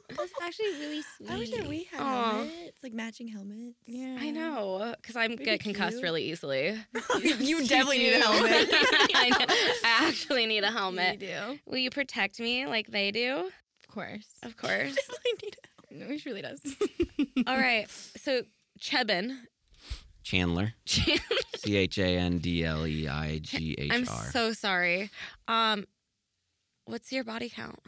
Speaker 7: That's actually really sweet.
Speaker 5: I wish that we had
Speaker 1: Aw.
Speaker 5: helmets, like matching helmets.
Speaker 7: Yeah.
Speaker 1: I know, because I get concussed
Speaker 5: cute.
Speaker 1: really easily.
Speaker 5: you definitely need a helmet.
Speaker 1: I, know. I actually need a
Speaker 7: We
Speaker 1: helmet.
Speaker 7: do.
Speaker 1: Will you protect me like they do?
Speaker 7: Of course.
Speaker 1: Of course.
Speaker 5: I need a
Speaker 7: No, she really does.
Speaker 1: All right. So, Chebin.
Speaker 2: Chandler.
Speaker 1: Chan-
Speaker 2: C H A N D L E I G H
Speaker 1: I'm
Speaker 2: R.
Speaker 1: so sorry. Um, what's your body count?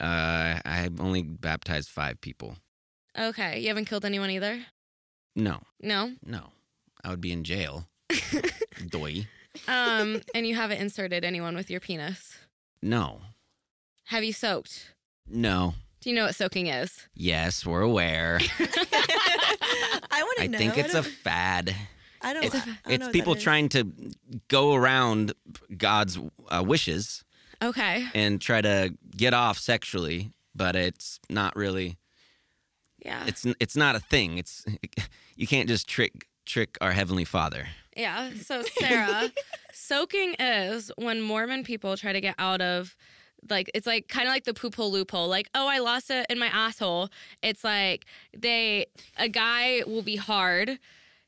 Speaker 2: Uh, I've only baptized five people.
Speaker 1: Okay. You haven't killed anyone either?
Speaker 2: No,
Speaker 1: No?
Speaker 2: no. I would be in jail. Doi.
Speaker 1: Um, and you haven't inserted anyone with your penis.
Speaker 2: No,
Speaker 1: Have you soaked?
Speaker 2: no.
Speaker 1: Do you know what soaking is?
Speaker 2: Yes, we're aware.
Speaker 5: I want to
Speaker 2: I
Speaker 5: know.
Speaker 2: think it's
Speaker 5: I
Speaker 2: a
Speaker 5: don't-
Speaker 2: fad.
Speaker 5: I don't.
Speaker 2: It's,
Speaker 5: I don't know
Speaker 2: it's
Speaker 5: what
Speaker 2: people
Speaker 5: that is.
Speaker 2: trying to go around God's uh, wishes
Speaker 1: Okay.
Speaker 2: and try to get off sexually, but it's not really.
Speaker 1: Yeah.
Speaker 2: It's it's not a thing. It's you can't just trick trick our heavenly Father.
Speaker 1: Yeah. So, Sarah, soaking is when Mormon people try to get out of, like, it's like kind of like the poophole loophole. Like, oh, I lost it in my asshole. It's like they, a guy will be hard.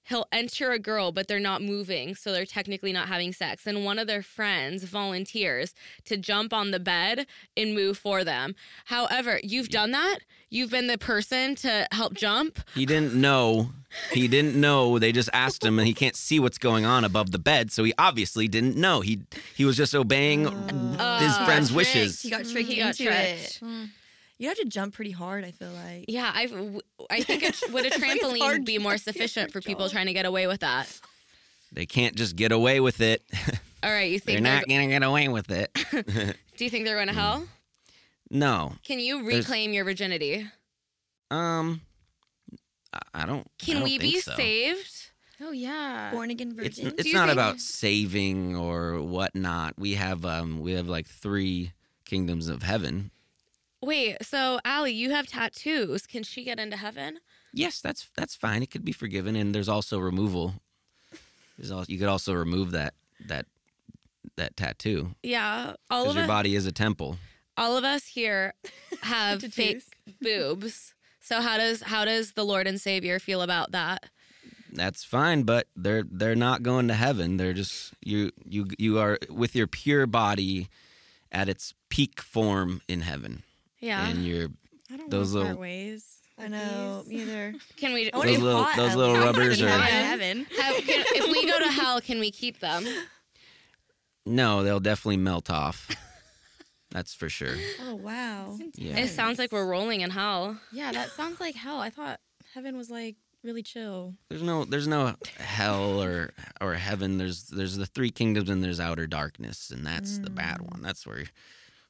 Speaker 1: He'll enter a girl, but they're not moving, so they're technically not having sex. And one of their friends volunteers to jump on the bed and move for them. However, you've done that. You've been the person to help jump.
Speaker 2: He didn't know. He didn't know. They just asked him, and he can't see what's going on above the bed, so he obviously didn't know. He he was just obeying his
Speaker 1: Oh.
Speaker 2: friend's
Speaker 1: Tricked.
Speaker 2: wishes.
Speaker 5: Uh, He got tricked
Speaker 1: He got
Speaker 5: into
Speaker 1: tricked.
Speaker 5: it. You have to jump pretty hard. I feel like.
Speaker 1: Yeah, I w- I think a, tr- would a
Speaker 5: It's like it's
Speaker 1: trampoline
Speaker 5: hard
Speaker 1: be
Speaker 5: to
Speaker 1: more
Speaker 5: get your
Speaker 1: sufficient for people
Speaker 5: job.
Speaker 1: trying to get away with that?
Speaker 2: They can't just get away with it.
Speaker 1: All right, you
Speaker 2: They're
Speaker 1: think they're
Speaker 2: not gonna get away with it.
Speaker 1: go- do you think they're going to hell?
Speaker 2: No.
Speaker 1: Can you
Speaker 2: There's-
Speaker 1: reclaim your virginity?
Speaker 2: Um. I- I don't. I
Speaker 1: Can
Speaker 2: don't
Speaker 1: we
Speaker 2: think
Speaker 1: be
Speaker 2: so.
Speaker 1: saved?
Speaker 7: Oh yeah.
Speaker 5: Born again
Speaker 2: It's
Speaker 5: virgin.
Speaker 2: it's
Speaker 1: you
Speaker 2: not
Speaker 1: think-
Speaker 2: about saving or whatnot. We have um we have like three kingdoms of heaven.
Speaker 1: Wait, so Allie, you have tattoos. Can she get into heaven?
Speaker 2: Yes, that's that's fine. It could be forgiven, and there's also removal. There's also, you could also remove that that that tattoo
Speaker 1: Yeah, all
Speaker 2: because
Speaker 1: of
Speaker 2: your
Speaker 1: us,
Speaker 2: body is a temple.
Speaker 1: all of us here have fake boobs. So how does how does the Lord and Savior feel about that?
Speaker 2: That's fine, but they're they're not going to heaven. They're just you you you are with your pure body at its peak form in heaven,
Speaker 1: Yeah.
Speaker 2: and your
Speaker 7: I don't
Speaker 2: Those
Speaker 7: want
Speaker 2: little-
Speaker 7: part ways.
Speaker 5: I know. Me either.
Speaker 1: Can we
Speaker 5: I wanna
Speaker 2: those
Speaker 5: be
Speaker 2: little
Speaker 5: hot.
Speaker 2: those
Speaker 5: I
Speaker 2: little
Speaker 5: wanna be
Speaker 2: rubbers
Speaker 5: hot.
Speaker 2: are
Speaker 5: Yeah.
Speaker 7: heaven.
Speaker 1: have, can, if we go to hell, can we keep them?
Speaker 2: no, they'll definitely melt off. That's for sure.
Speaker 5: Oh wow.
Speaker 2: Yeah.
Speaker 1: It sounds like we're rolling in hell.
Speaker 7: Yeah, that sounds like hell. I thought heaven was like really chill.
Speaker 2: There's no there's no hell or or heaven. There's there's the three kingdoms and there's outer darkness and that's the bad one. That's where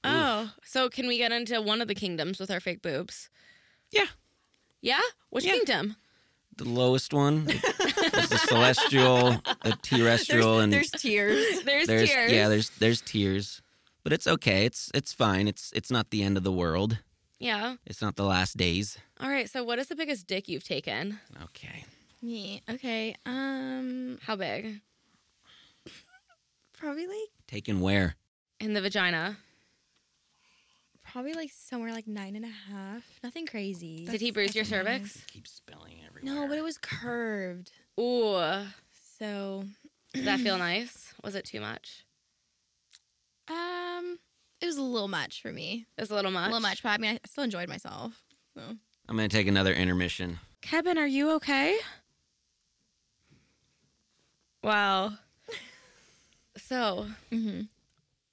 Speaker 1: Oh, so can we get into one of the kingdoms with our fake boobs?
Speaker 2: Yeah.
Speaker 1: Yeah? Which
Speaker 2: Yeah.
Speaker 1: kingdom?
Speaker 2: the lowest one is the celestial, the terrestrial and
Speaker 5: There's tears.
Speaker 1: There's,
Speaker 2: there's-
Speaker 1: tears.
Speaker 2: yeah, there's there's tears. But it's okay. It's it's fine. It's it's not the end of the world.
Speaker 1: Yeah.
Speaker 2: It's not the last days.
Speaker 1: All right. So, what is the biggest dick you've taken?
Speaker 2: Okay.
Speaker 7: Me. Okay. Um
Speaker 1: How big?
Speaker 7: probably like
Speaker 2: Taken where?
Speaker 1: In the vagina.
Speaker 7: probably like somewhere like nine and a half. Nothing crazy.
Speaker 1: Did he bruise your cervix?
Speaker 2: Keep spelling everywhere.
Speaker 7: No, but it was curved.
Speaker 1: Ooh,
Speaker 7: So,
Speaker 1: did that feel nice? Was it too much?
Speaker 7: um, it was a little much for me.
Speaker 1: It's a little much.
Speaker 7: A little much, but I mean, I still enjoyed myself. So.
Speaker 2: I'm gonna take another intermission.
Speaker 1: Kevin, are you okay? Wow. So
Speaker 7: Mm-hmm.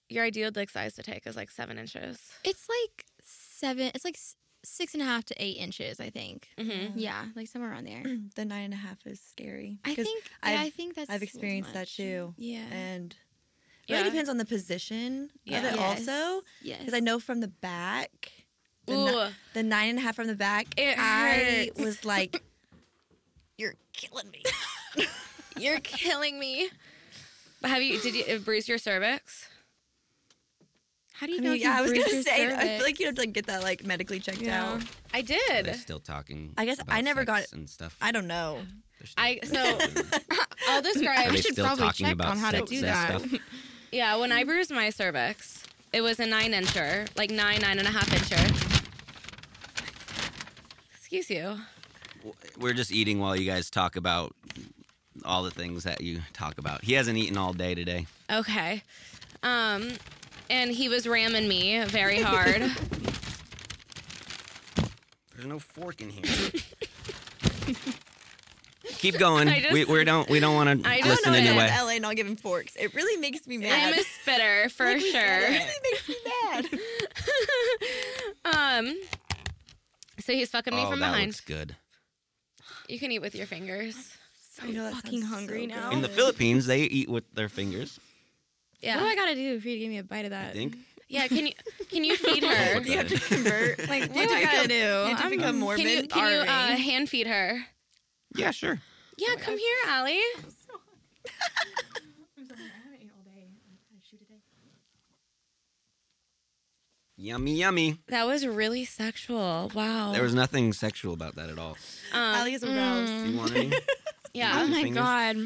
Speaker 1: your ideal dick size to take is like seven inches.
Speaker 7: It's like seven. It's like s- six and a half to eight inches, I think.
Speaker 1: Mm-hmm.
Speaker 7: Yeah, like somewhere around there.
Speaker 5: the nine and a half is scary.
Speaker 7: I
Speaker 5: 'Cause
Speaker 7: think.
Speaker 5: I've-
Speaker 7: yeah, I think that's.
Speaker 5: I've
Speaker 7: a little
Speaker 5: experienced that
Speaker 7: much.
Speaker 5: too.
Speaker 7: Yeah.
Speaker 5: And it really
Speaker 1: Yeah.
Speaker 5: depends on the position
Speaker 1: Yeah.
Speaker 5: of it
Speaker 7: Yes.
Speaker 5: also.
Speaker 7: Yes.
Speaker 5: Because I know from the back, the,
Speaker 1: Ooh,
Speaker 5: ni- the nine and a half from the back,
Speaker 1: It
Speaker 5: I
Speaker 1: hurts.
Speaker 5: was like, you're killing me.
Speaker 1: you're killing me. But have you did you it bruise your cervix?
Speaker 7: How do
Speaker 5: I
Speaker 7: you know?
Speaker 5: mean,
Speaker 7: if you
Speaker 5: yeah, I was
Speaker 7: bruise
Speaker 5: gonna
Speaker 7: your
Speaker 5: say, I feel
Speaker 7: cervix?
Speaker 5: like you have to like, get that like medically checked
Speaker 7: Yeah.
Speaker 5: out.
Speaker 1: I
Speaker 2: Are they
Speaker 1: did.
Speaker 2: still talking.
Speaker 5: I guess I
Speaker 2: about
Speaker 5: never got
Speaker 2: sex and stuff.
Speaker 5: I don't know.
Speaker 2: They're still-
Speaker 1: I so I'll
Speaker 2: Are
Speaker 1: describe.
Speaker 2: they
Speaker 7: should
Speaker 2: still
Speaker 7: probably
Speaker 2: talking
Speaker 7: check
Speaker 2: about
Speaker 7: on how to
Speaker 2: sex
Speaker 7: do
Speaker 2: and
Speaker 7: that.
Speaker 2: stuff?
Speaker 1: Yeah, when I bruised my cervix, it was a nine incher, like nine nine and a half incher. Excuse you.
Speaker 2: We're just eating while you guys talk about all the things that you talk about. He hasn't eaten all day today.
Speaker 1: Okay. Um, and he was ramming me very hard.
Speaker 2: There's no fork in here. Keep going.
Speaker 1: I just-
Speaker 2: we, we don't we don't want to
Speaker 1: I don't
Speaker 5: I don't
Speaker 2: listen
Speaker 5: know
Speaker 2: anyway.
Speaker 5: in LA not giving forks. It really makes me mad.
Speaker 1: I'm a spitter for
Speaker 5: Like we
Speaker 1: sure.
Speaker 5: said, It really makes me mad.
Speaker 1: um, so he's fucking me
Speaker 2: oh,
Speaker 1: from
Speaker 2: that
Speaker 1: behind.
Speaker 2: looks good.
Speaker 1: You can eat with your fingers.
Speaker 7: so
Speaker 5: I know that
Speaker 7: fucking
Speaker 5: sounds so
Speaker 7: hungry
Speaker 5: good.
Speaker 7: now.
Speaker 2: In the
Speaker 5: Oh.
Speaker 2: Philippines, they eat with their fingers.
Speaker 1: Yeah.
Speaker 7: What do I gotta do for you to give me a bite of
Speaker 1: Uh,
Speaker 7: that?
Speaker 2: I
Speaker 1: mm.
Speaker 2: think.
Speaker 1: yeah. Can you can you feed her?
Speaker 5: you have to convert. Like,
Speaker 7: What do I gotta do?
Speaker 5: You have to
Speaker 7: I'm-
Speaker 5: become morbid.
Speaker 1: Can you can you uh, hand feed her?
Speaker 2: Yeah, sure.
Speaker 1: Yeah, come here, Allie.
Speaker 2: Yummy, yummy.
Speaker 1: That was really sexual. Wow.
Speaker 2: There was nothing sexual about that at all.
Speaker 1: um,
Speaker 5: Ali is aroused.
Speaker 2: Do you want any?
Speaker 1: Yeah.
Speaker 7: Oh my
Speaker 2: Fingers.
Speaker 7: god.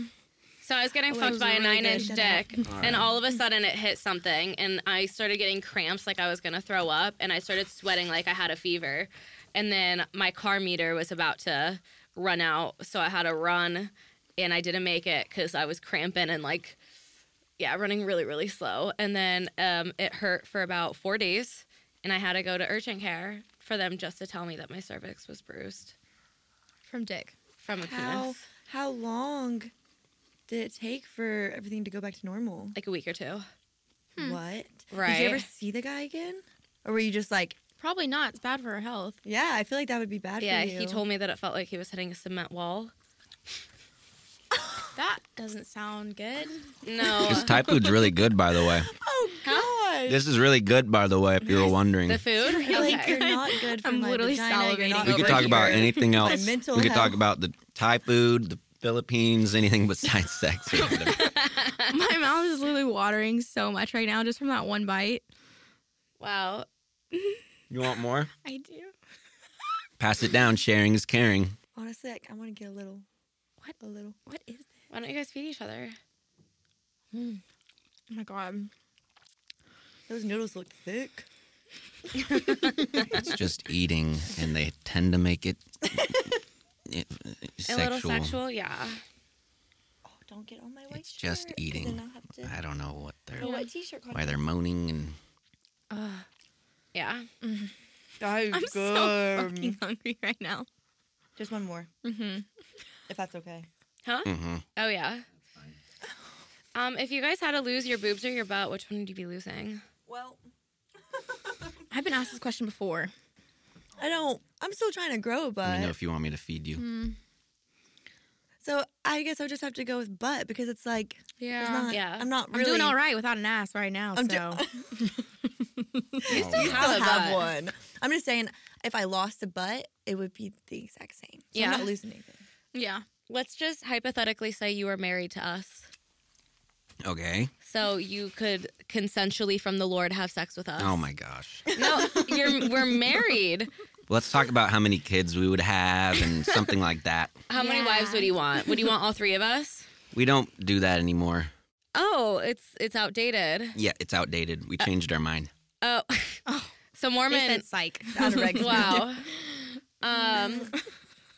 Speaker 1: So I was getting
Speaker 7: Oh, it
Speaker 1: fucked
Speaker 7: was
Speaker 1: by a
Speaker 7: really
Speaker 1: nine
Speaker 7: good.
Speaker 1: inch
Speaker 5: Shut up.
Speaker 1: dick, and all of a sudden it hit something, and I started getting cramps like I was gonna throw up, and I started sweating like I had a fever. And then my car meter was about to run out, so I had to run, and I didn't make it because I was cramping and like, yeah, running really, really slow. And then um, it hurt for about four days, and I had to go to urgent care for them just to tell me that my cervix was bruised
Speaker 7: From Dick.
Speaker 1: from a
Speaker 5: How
Speaker 1: penis,
Speaker 5: how long did it take for everything to go back to normal?
Speaker 1: like a week or two.
Speaker 7: Hmm.
Speaker 5: What? Did
Speaker 1: Right.
Speaker 5: you ever see the guy again? Or were you just like,
Speaker 7: Probably not. It's bad for her health.
Speaker 5: yeah, I feel like that would be bad
Speaker 1: yeah,
Speaker 5: for you.
Speaker 1: he told me that it felt like he was hitting a cement wall.
Speaker 7: That doesn't sound good.
Speaker 1: No.
Speaker 2: This Thai food's really good, by the way.
Speaker 5: Oh god.
Speaker 2: This is really good, by the way, if you were wondering.
Speaker 1: the food?
Speaker 5: like
Speaker 1: Okay.
Speaker 5: you're not good for
Speaker 7: I'm
Speaker 5: my
Speaker 7: literally
Speaker 5: vagina, you're
Speaker 7: salivating
Speaker 5: not
Speaker 2: we
Speaker 5: good
Speaker 2: could
Speaker 5: for
Speaker 2: talk about
Speaker 5: your-
Speaker 2: anything
Speaker 5: my
Speaker 2: else.
Speaker 5: mental
Speaker 2: we could talk
Speaker 5: health.
Speaker 2: about the Thai food, the Philippines, anything besides sex. or whatever.
Speaker 7: My mouth is literally watering so much right now just from that one bite.
Speaker 1: Wow.
Speaker 2: you want more?
Speaker 7: I do.
Speaker 2: Pass it down. Sharing is caring.
Speaker 5: Honestly, like, I want to get a little. What? A little.
Speaker 7: What is that?
Speaker 1: Why don't you guys feed each other?
Speaker 7: Oh my god.
Speaker 5: Those noodles look thick.
Speaker 2: It's just eating, and they tend to make it, it- uh,
Speaker 1: A little sexual? Yeah.
Speaker 5: Oh, don't get on my white
Speaker 2: It's just
Speaker 5: shirt, 'cause
Speaker 2: eating.
Speaker 5: Then I'll have to.
Speaker 2: I don't know what they're
Speaker 5: Oh, what t-shirt?
Speaker 2: why they're moaning and
Speaker 1: Yeah.
Speaker 7: I'm so fucking hungry right now.
Speaker 5: Just one more,
Speaker 7: Mm-hmm.
Speaker 5: if that's okay.
Speaker 1: Huh?
Speaker 2: mhm.
Speaker 1: Oh, yeah. Um, if you guys had to lose your boobs or your butt, which one would you be losing?
Speaker 5: Well,
Speaker 7: I've been asked this question before.
Speaker 5: I don't. I'm still trying to grow, but
Speaker 2: Let me know if you want me to feed you.
Speaker 5: so I guess I'll just have to go with butt because it's like there's not-
Speaker 1: Yeah.
Speaker 5: I'm not
Speaker 7: I'm
Speaker 5: really.
Speaker 7: doing all right without an ass right now.
Speaker 5: I'm
Speaker 7: so
Speaker 5: do-
Speaker 2: You
Speaker 5: You
Speaker 1: have
Speaker 5: still
Speaker 1: a
Speaker 5: have
Speaker 1: butt.
Speaker 5: one. I'm just saying, if I lost a butt, it would be the exact same. So
Speaker 1: Yeah.
Speaker 5: I'm not losing anything.
Speaker 7: yeah.
Speaker 1: Let's just hypothetically say you were married to us.
Speaker 2: Okay.
Speaker 1: So you could consensually from the Lord have sex with us.
Speaker 2: Oh my gosh.
Speaker 1: No, you're, we're married.
Speaker 2: Let's talk about how many kids we would have and something like that.
Speaker 1: How many
Speaker 7: Yeah.
Speaker 1: wives would you want? Would you want all three of us?
Speaker 2: We don't do that anymore.
Speaker 1: Oh, it's it's outdated.
Speaker 2: Yeah, it's outdated. We changed our mind.
Speaker 1: Oh. So
Speaker 7: They
Speaker 1: Mormon.
Speaker 7: said psych.
Speaker 1: wow. Um,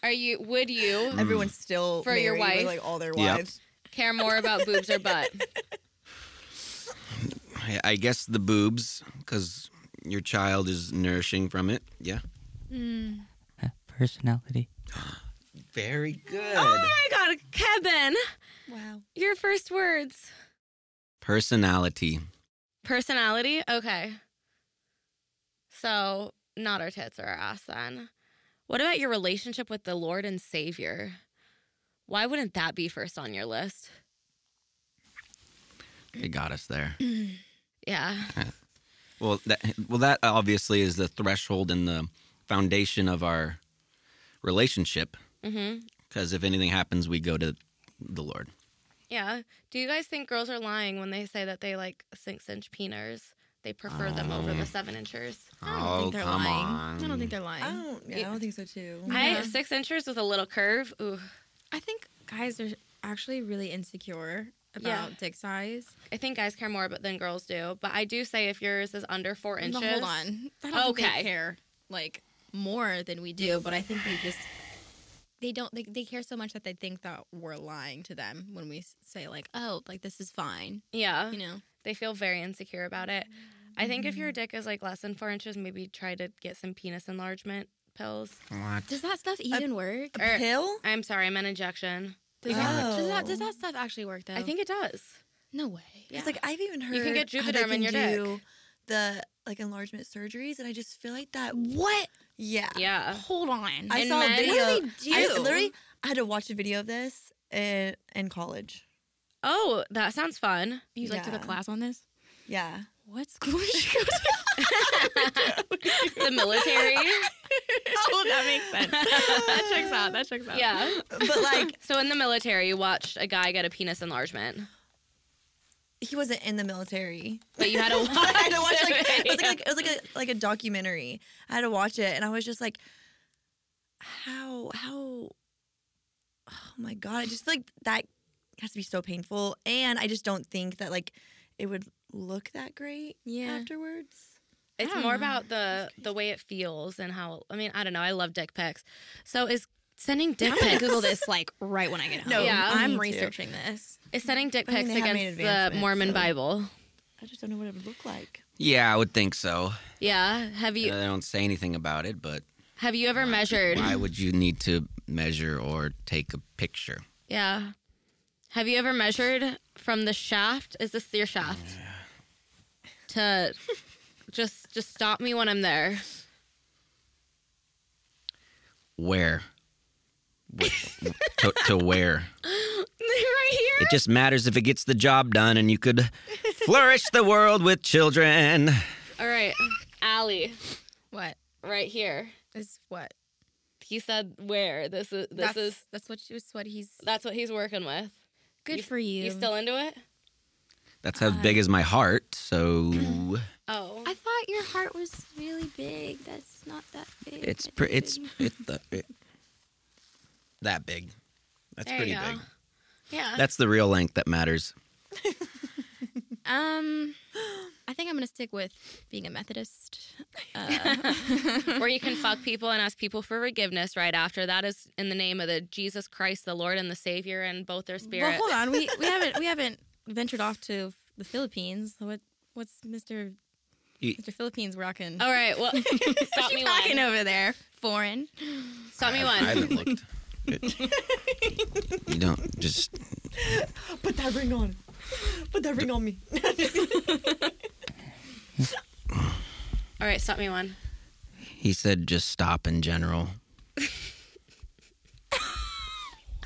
Speaker 1: are you? Would you
Speaker 5: Everyone's still
Speaker 1: For your
Speaker 5: married with,
Speaker 1: wife.
Speaker 5: like all their
Speaker 2: Mm. Yep.
Speaker 5: wives.
Speaker 1: care more about boobs or butt?
Speaker 2: I- I guess the boobs, because your child is nourishing from it. Yeah.
Speaker 4: Uh, personality.
Speaker 2: Very good.
Speaker 1: Oh my God, Kevin,
Speaker 5: Wow.
Speaker 1: your first words.
Speaker 2: Personality.
Speaker 1: Personality. Okay. So not our tits or our ass then. What about your relationship with the Lord and Savior? Why wouldn't that be first on your list?
Speaker 2: It got us there.
Speaker 1: Yeah.
Speaker 2: Well, that well that obviously is the threshold and the foundation of our relationship.
Speaker 1: Mm-hmm.
Speaker 2: Because if anything happens, we go to the Lord.
Speaker 1: Yeah. Do you guys think girls are lying when they say that they like six inch peeners? They prefer them over the seven inchers.
Speaker 7: I don't think they're
Speaker 2: Oh, come
Speaker 7: lying.
Speaker 2: on!
Speaker 7: I don't think they're lying.
Speaker 5: I don't. Yeah, I don't think so too.
Speaker 1: I six inchers with a little curve. Ooh,
Speaker 7: I think guys are actually really insecure
Speaker 1: Yeah.
Speaker 7: about dick size.
Speaker 1: I think guys care more about than girls do. But I do say if yours is under four inches,
Speaker 7: No, hold on. I don't think
Speaker 1: Okay.
Speaker 7: they care like more than we do, but I think they just they don't they, they care so much that they think that we're lying to them when we s- say like, "Oh, like this is fine."
Speaker 1: Yeah,
Speaker 7: You know. Mm-hmm.
Speaker 1: they feel very insecure about it. I think if your dick is like less than four inches, maybe try to get some penis enlargement pills.
Speaker 2: What?
Speaker 7: Does that stuff even work?
Speaker 1: Or-
Speaker 5: Pill?
Speaker 1: I'm sorry, I meant injection.
Speaker 7: Does, that,
Speaker 5: Oh.
Speaker 7: does that does that stuff actually work though?
Speaker 1: I think it does.
Speaker 7: no way.
Speaker 5: It's like I've even heard
Speaker 1: You can get
Speaker 5: how they
Speaker 1: Juvederm in
Speaker 5: can
Speaker 1: your dick.
Speaker 5: do the like enlargement surgeries, and I just feel like that.
Speaker 7: What?
Speaker 5: Yeah.
Speaker 1: Yeah.
Speaker 7: Uh, Hold on.
Speaker 5: I
Speaker 1: And
Speaker 5: saw
Speaker 1: men-
Speaker 5: a video.
Speaker 7: what do they
Speaker 5: I
Speaker 7: do?
Speaker 5: literally I had to watch a video of this in, in college.
Speaker 1: Oh, that sounds fun.
Speaker 7: you like took a
Speaker 5: Yeah.
Speaker 7: class on this?
Speaker 5: Yeah.
Speaker 7: What school did you go to?
Speaker 1: the military.
Speaker 7: oh, that makes sense. that checks out. That checks out.
Speaker 1: Yeah.
Speaker 5: But like
Speaker 1: So in the military, you watched a guy get a penis enlargement,
Speaker 5: he wasn't in the military.
Speaker 1: but you had to watch.
Speaker 5: I had to watch like it was
Speaker 1: it.
Speaker 5: like, like- it was like a like a documentary. I had to watch it and I was just like how how oh my god, I just feel like that has to be so painful and I just don't think that like it would look that great
Speaker 7: Yeah.
Speaker 5: afterwards.
Speaker 1: It's
Speaker 7: I
Speaker 1: more
Speaker 7: don't
Speaker 5: Hmm.
Speaker 7: know.
Speaker 1: about the the way it feels and how. I mean, I don't know. I love dick pics. So is sending dick
Speaker 7: I'm gonna
Speaker 1: pics
Speaker 7: Google this like right when I get home.
Speaker 5: No,
Speaker 1: Yeah.
Speaker 5: me
Speaker 7: I'm
Speaker 5: too.
Speaker 7: researching this.
Speaker 1: is sending dick
Speaker 5: I mean,
Speaker 1: pics
Speaker 5: they have made
Speaker 1: against the
Speaker 5: advancements,
Speaker 1: Mormon
Speaker 5: so-
Speaker 1: Bible.
Speaker 5: I just don't know what it would look like.
Speaker 2: Yeah, I would think so.
Speaker 1: Yeah. Have you
Speaker 2: They don't say anything about it, but
Speaker 1: have you ever measured?
Speaker 2: why would you need to measure or take a picture?
Speaker 1: Yeah. Have you ever measured from the shaft? Is this your shaft? To just just stop me when I'm there.
Speaker 2: Where? What, to, to where?
Speaker 1: right here.
Speaker 2: It just matters if it gets the job done, and you could flourish the world with children.
Speaker 1: All right, Allie,
Speaker 7: What
Speaker 1: right here.
Speaker 7: is what?
Speaker 1: He said where this is. This
Speaker 7: that's,
Speaker 1: is.
Speaker 7: that's what you, what he's
Speaker 1: That's what he's working with.
Speaker 7: good
Speaker 1: you-
Speaker 7: for you.
Speaker 1: You still into it?
Speaker 2: That's how big is my heart. So
Speaker 1: Oh.
Speaker 7: I thought your heart was really big. That's not that big.
Speaker 2: it's pre- it's it's the, it, that big. That's
Speaker 1: There
Speaker 2: pretty
Speaker 1: you go.
Speaker 2: big.
Speaker 1: Yeah.
Speaker 2: That's the real length that matters.
Speaker 7: um. I think I'm gonna stick with being a Methodist. Uh,
Speaker 1: Where you can fuck people and ask people for forgiveness right after. That is in the name of the Jesus Christ, the Lord and the Savior, and both their
Speaker 7: well,
Speaker 1: spirits.
Speaker 7: hold on. We we haven't we haven't ventured off to the Philippines. What what's Mister
Speaker 2: You-
Speaker 7: Mister Philippines rocking?
Speaker 1: All right. Well, Oh, stop me
Speaker 7: rocking
Speaker 1: one.
Speaker 7: over there, foreign.
Speaker 1: Stop me
Speaker 2: I
Speaker 1: one.
Speaker 2: haven't looked. It- you don't just
Speaker 5: Put that ring on. Put that ring on me.
Speaker 1: All right. Stop me one.
Speaker 2: He said just stop in general.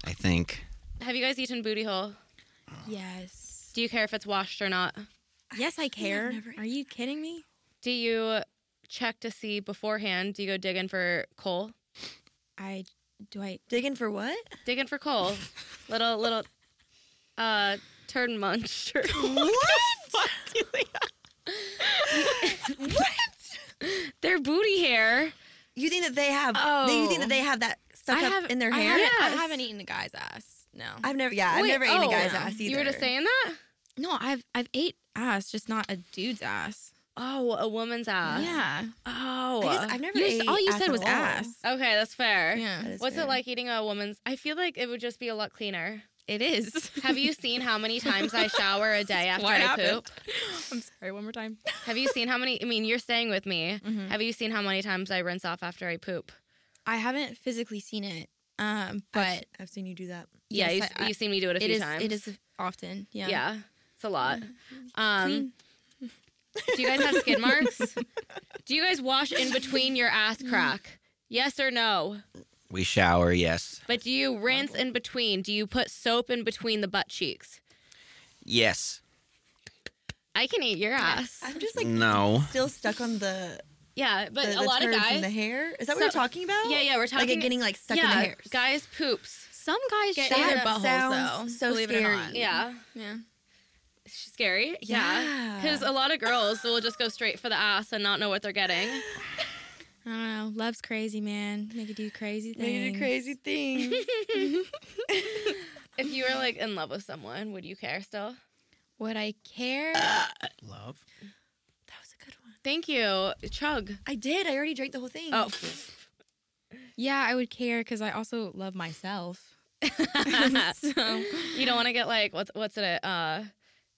Speaker 2: I think.
Speaker 1: Have you guys eaten booty hole?
Speaker 7: Yes.
Speaker 1: Do you care if it's washed or not?
Speaker 7: Yes, I care.
Speaker 5: never
Speaker 7: Are you kidding me?
Speaker 1: Do you check to see beforehand? Do you go digging for coal?
Speaker 7: I do I
Speaker 5: Digging for what?
Speaker 1: Digging for coal. little little uh turd muncher.
Speaker 5: What?
Speaker 1: Their booty hair.
Speaker 5: You think that they have? that You think
Speaker 7: Oh.
Speaker 5: that they have that stuck up in their
Speaker 7: I
Speaker 5: hair?
Speaker 7: haven't, I
Speaker 1: Yes.
Speaker 7: haven't eaten a guy's ass. No.
Speaker 5: I've never. Yeah, I've
Speaker 1: Wait,
Speaker 5: never eaten a
Speaker 1: oh,
Speaker 5: guy's
Speaker 7: no.
Speaker 5: ass either.
Speaker 1: You were just saying that?
Speaker 7: no, I've I've ate ass, just not a dude's ass.
Speaker 1: Oh, a woman's ass.
Speaker 7: yeah.
Speaker 1: Oh.
Speaker 5: I guess I've never.
Speaker 7: You just-
Speaker 5: ate
Speaker 7: all you said
Speaker 5: at
Speaker 7: was
Speaker 5: all.
Speaker 7: ass.
Speaker 1: okay, that's fair.
Speaker 7: Yeah.
Speaker 5: That is
Speaker 1: What's
Speaker 5: fair.
Speaker 1: it like eating a woman's? I feel like it would just be a lot cleaner.
Speaker 7: It is.
Speaker 1: Have you seen how many times I shower a day after
Speaker 7: What
Speaker 1: I
Speaker 7: happened?
Speaker 1: poop?
Speaker 7: I'm sorry, one more time. Mm-hmm.
Speaker 1: Have you seen how many? I mean, you're staying with me. Have you seen how many times I rinse off after I poop?
Speaker 7: I haven't physically seen it, um,
Speaker 5: I've-
Speaker 7: but
Speaker 5: I've seen you do that.
Speaker 1: Yeah,
Speaker 7: Yes, I-
Speaker 1: you,
Speaker 7: I-
Speaker 1: you've seen me do it a
Speaker 7: it
Speaker 1: few
Speaker 7: is
Speaker 1: times.
Speaker 7: it is often. Yeah.
Speaker 1: Yeah. it's a lot. Um, do you guys have skid marks? do you guys wash in between your ass
Speaker 7: Mm.
Speaker 1: crack? Yes or no?
Speaker 2: We shower, yes.
Speaker 1: But do you rinse in between? Do you put soap in between the butt cheeks?
Speaker 2: Yes.
Speaker 1: I can eat your ass.
Speaker 5: I'm just like
Speaker 2: no.
Speaker 5: still stuck on the
Speaker 1: Yeah, but
Speaker 5: the,
Speaker 1: a
Speaker 5: the
Speaker 1: lot of
Speaker 5: turds in
Speaker 1: guys.
Speaker 5: the hair. Is that
Speaker 1: So-
Speaker 5: what you're talking about?
Speaker 1: yeah, yeah, we're talking
Speaker 5: like it getting like stuck
Speaker 1: yeah,
Speaker 5: in the hairs.
Speaker 1: Guys poops.
Speaker 7: Some guys
Speaker 1: Get-
Speaker 7: shave
Speaker 1: yeah,
Speaker 7: their
Speaker 1: that
Speaker 7: buttholes though.
Speaker 5: sounds so
Speaker 7: believe it or
Speaker 5: scary.
Speaker 7: not.
Speaker 1: Yeah.
Speaker 7: Yeah.
Speaker 1: She's scary. Yeah.
Speaker 5: Yeah.
Speaker 1: Because a lot of girls will just go straight for the ass and not know what they're getting.
Speaker 7: I don't know. Love's crazy, man. Make you do crazy things.
Speaker 5: They do crazy things.
Speaker 1: If you were like in love with someone, would you care still?
Speaker 7: Would I care?
Speaker 2: Love?
Speaker 5: that was a good one.
Speaker 1: Thank you. Chug.
Speaker 5: I did. I already drank the whole thing.
Speaker 1: Oh.
Speaker 7: yeah, I would care because I also love myself. so,
Speaker 1: you don't want to get like what's what's it uh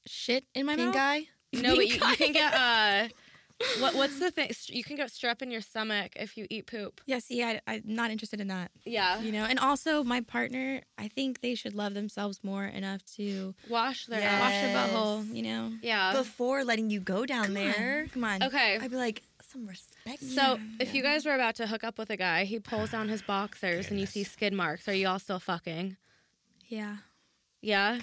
Speaker 7: shit in my
Speaker 5: pink
Speaker 7: mouth.
Speaker 5: eye.
Speaker 1: no but you, you can get uh what what's the thing you can get strep in your stomach if you eat poop.
Speaker 7: Yeah, see, I, I'm not interested in that.
Speaker 1: Yeah.
Speaker 7: You know, and also my partner, I think they should love themselmes more enough to
Speaker 1: Wash their
Speaker 5: Yeah.
Speaker 1: ass.
Speaker 7: wash their butthole, you know?
Speaker 1: Yeah.
Speaker 5: Before letting you go down there,
Speaker 7: Come on.
Speaker 1: okay.
Speaker 5: I'd be like, some respect.
Speaker 1: So, if you guys were about to hook up with a guy, he pulls down his boxers and you see skid marks. Are you all still fucking?
Speaker 7: Yeah.
Speaker 1: Yeah.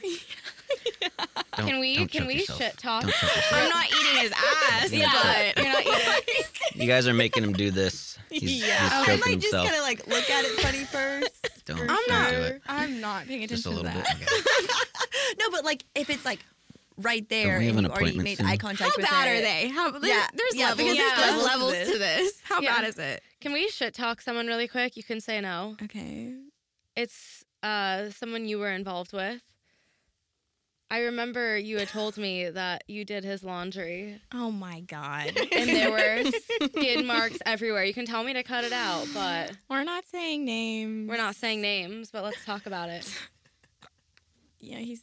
Speaker 2: Don't,
Speaker 1: Can we-
Speaker 2: don't
Speaker 1: can
Speaker 2: choke
Speaker 1: we
Speaker 2: yourself.
Speaker 1: shit talk?
Speaker 2: Don't choke yourself.
Speaker 7: I'm not eating his ass.
Speaker 1: Yeah. You're not eating.
Speaker 2: you guys are making him do this. He's,
Speaker 5: yeah,
Speaker 2: he's
Speaker 5: Oh, I
Speaker 2: choking
Speaker 5: might just
Speaker 2: himself.
Speaker 5: kind of like look at it funny first.
Speaker 2: Don't,
Speaker 5: I'm
Speaker 2: don't
Speaker 7: not-
Speaker 2: do it.
Speaker 7: I'm not paying
Speaker 2: Just a
Speaker 7: attention to
Speaker 2: little
Speaker 7: that.
Speaker 2: bit. Okay.
Speaker 5: no, but like if it's like right there
Speaker 2: we have
Speaker 5: and
Speaker 2: an
Speaker 5: you already
Speaker 2: appointment
Speaker 5: made
Speaker 2: soon?
Speaker 5: eye contact
Speaker 7: How
Speaker 5: with
Speaker 7: bad
Speaker 5: it.
Speaker 7: are they? How there's,
Speaker 5: Yeah.
Speaker 7: there's
Speaker 5: Yeah,
Speaker 7: levels.
Speaker 5: because there's
Speaker 7: there's
Speaker 5: levels to
Speaker 7: levels
Speaker 5: this.
Speaker 7: to this. How
Speaker 1: Yeah.
Speaker 7: bad is it?
Speaker 1: Can we shit talk someone really quick? You can say no.
Speaker 7: Okay.
Speaker 1: It's uh, someone you were involved with. I remember you had told me that you did his laundry
Speaker 7: Oh my god.
Speaker 1: and there were skid marks everywhere. You can tell me to cut it out, but
Speaker 7: We're not saying names.
Speaker 1: we're not saying names, but let's talk about it.
Speaker 7: Yeah, he's.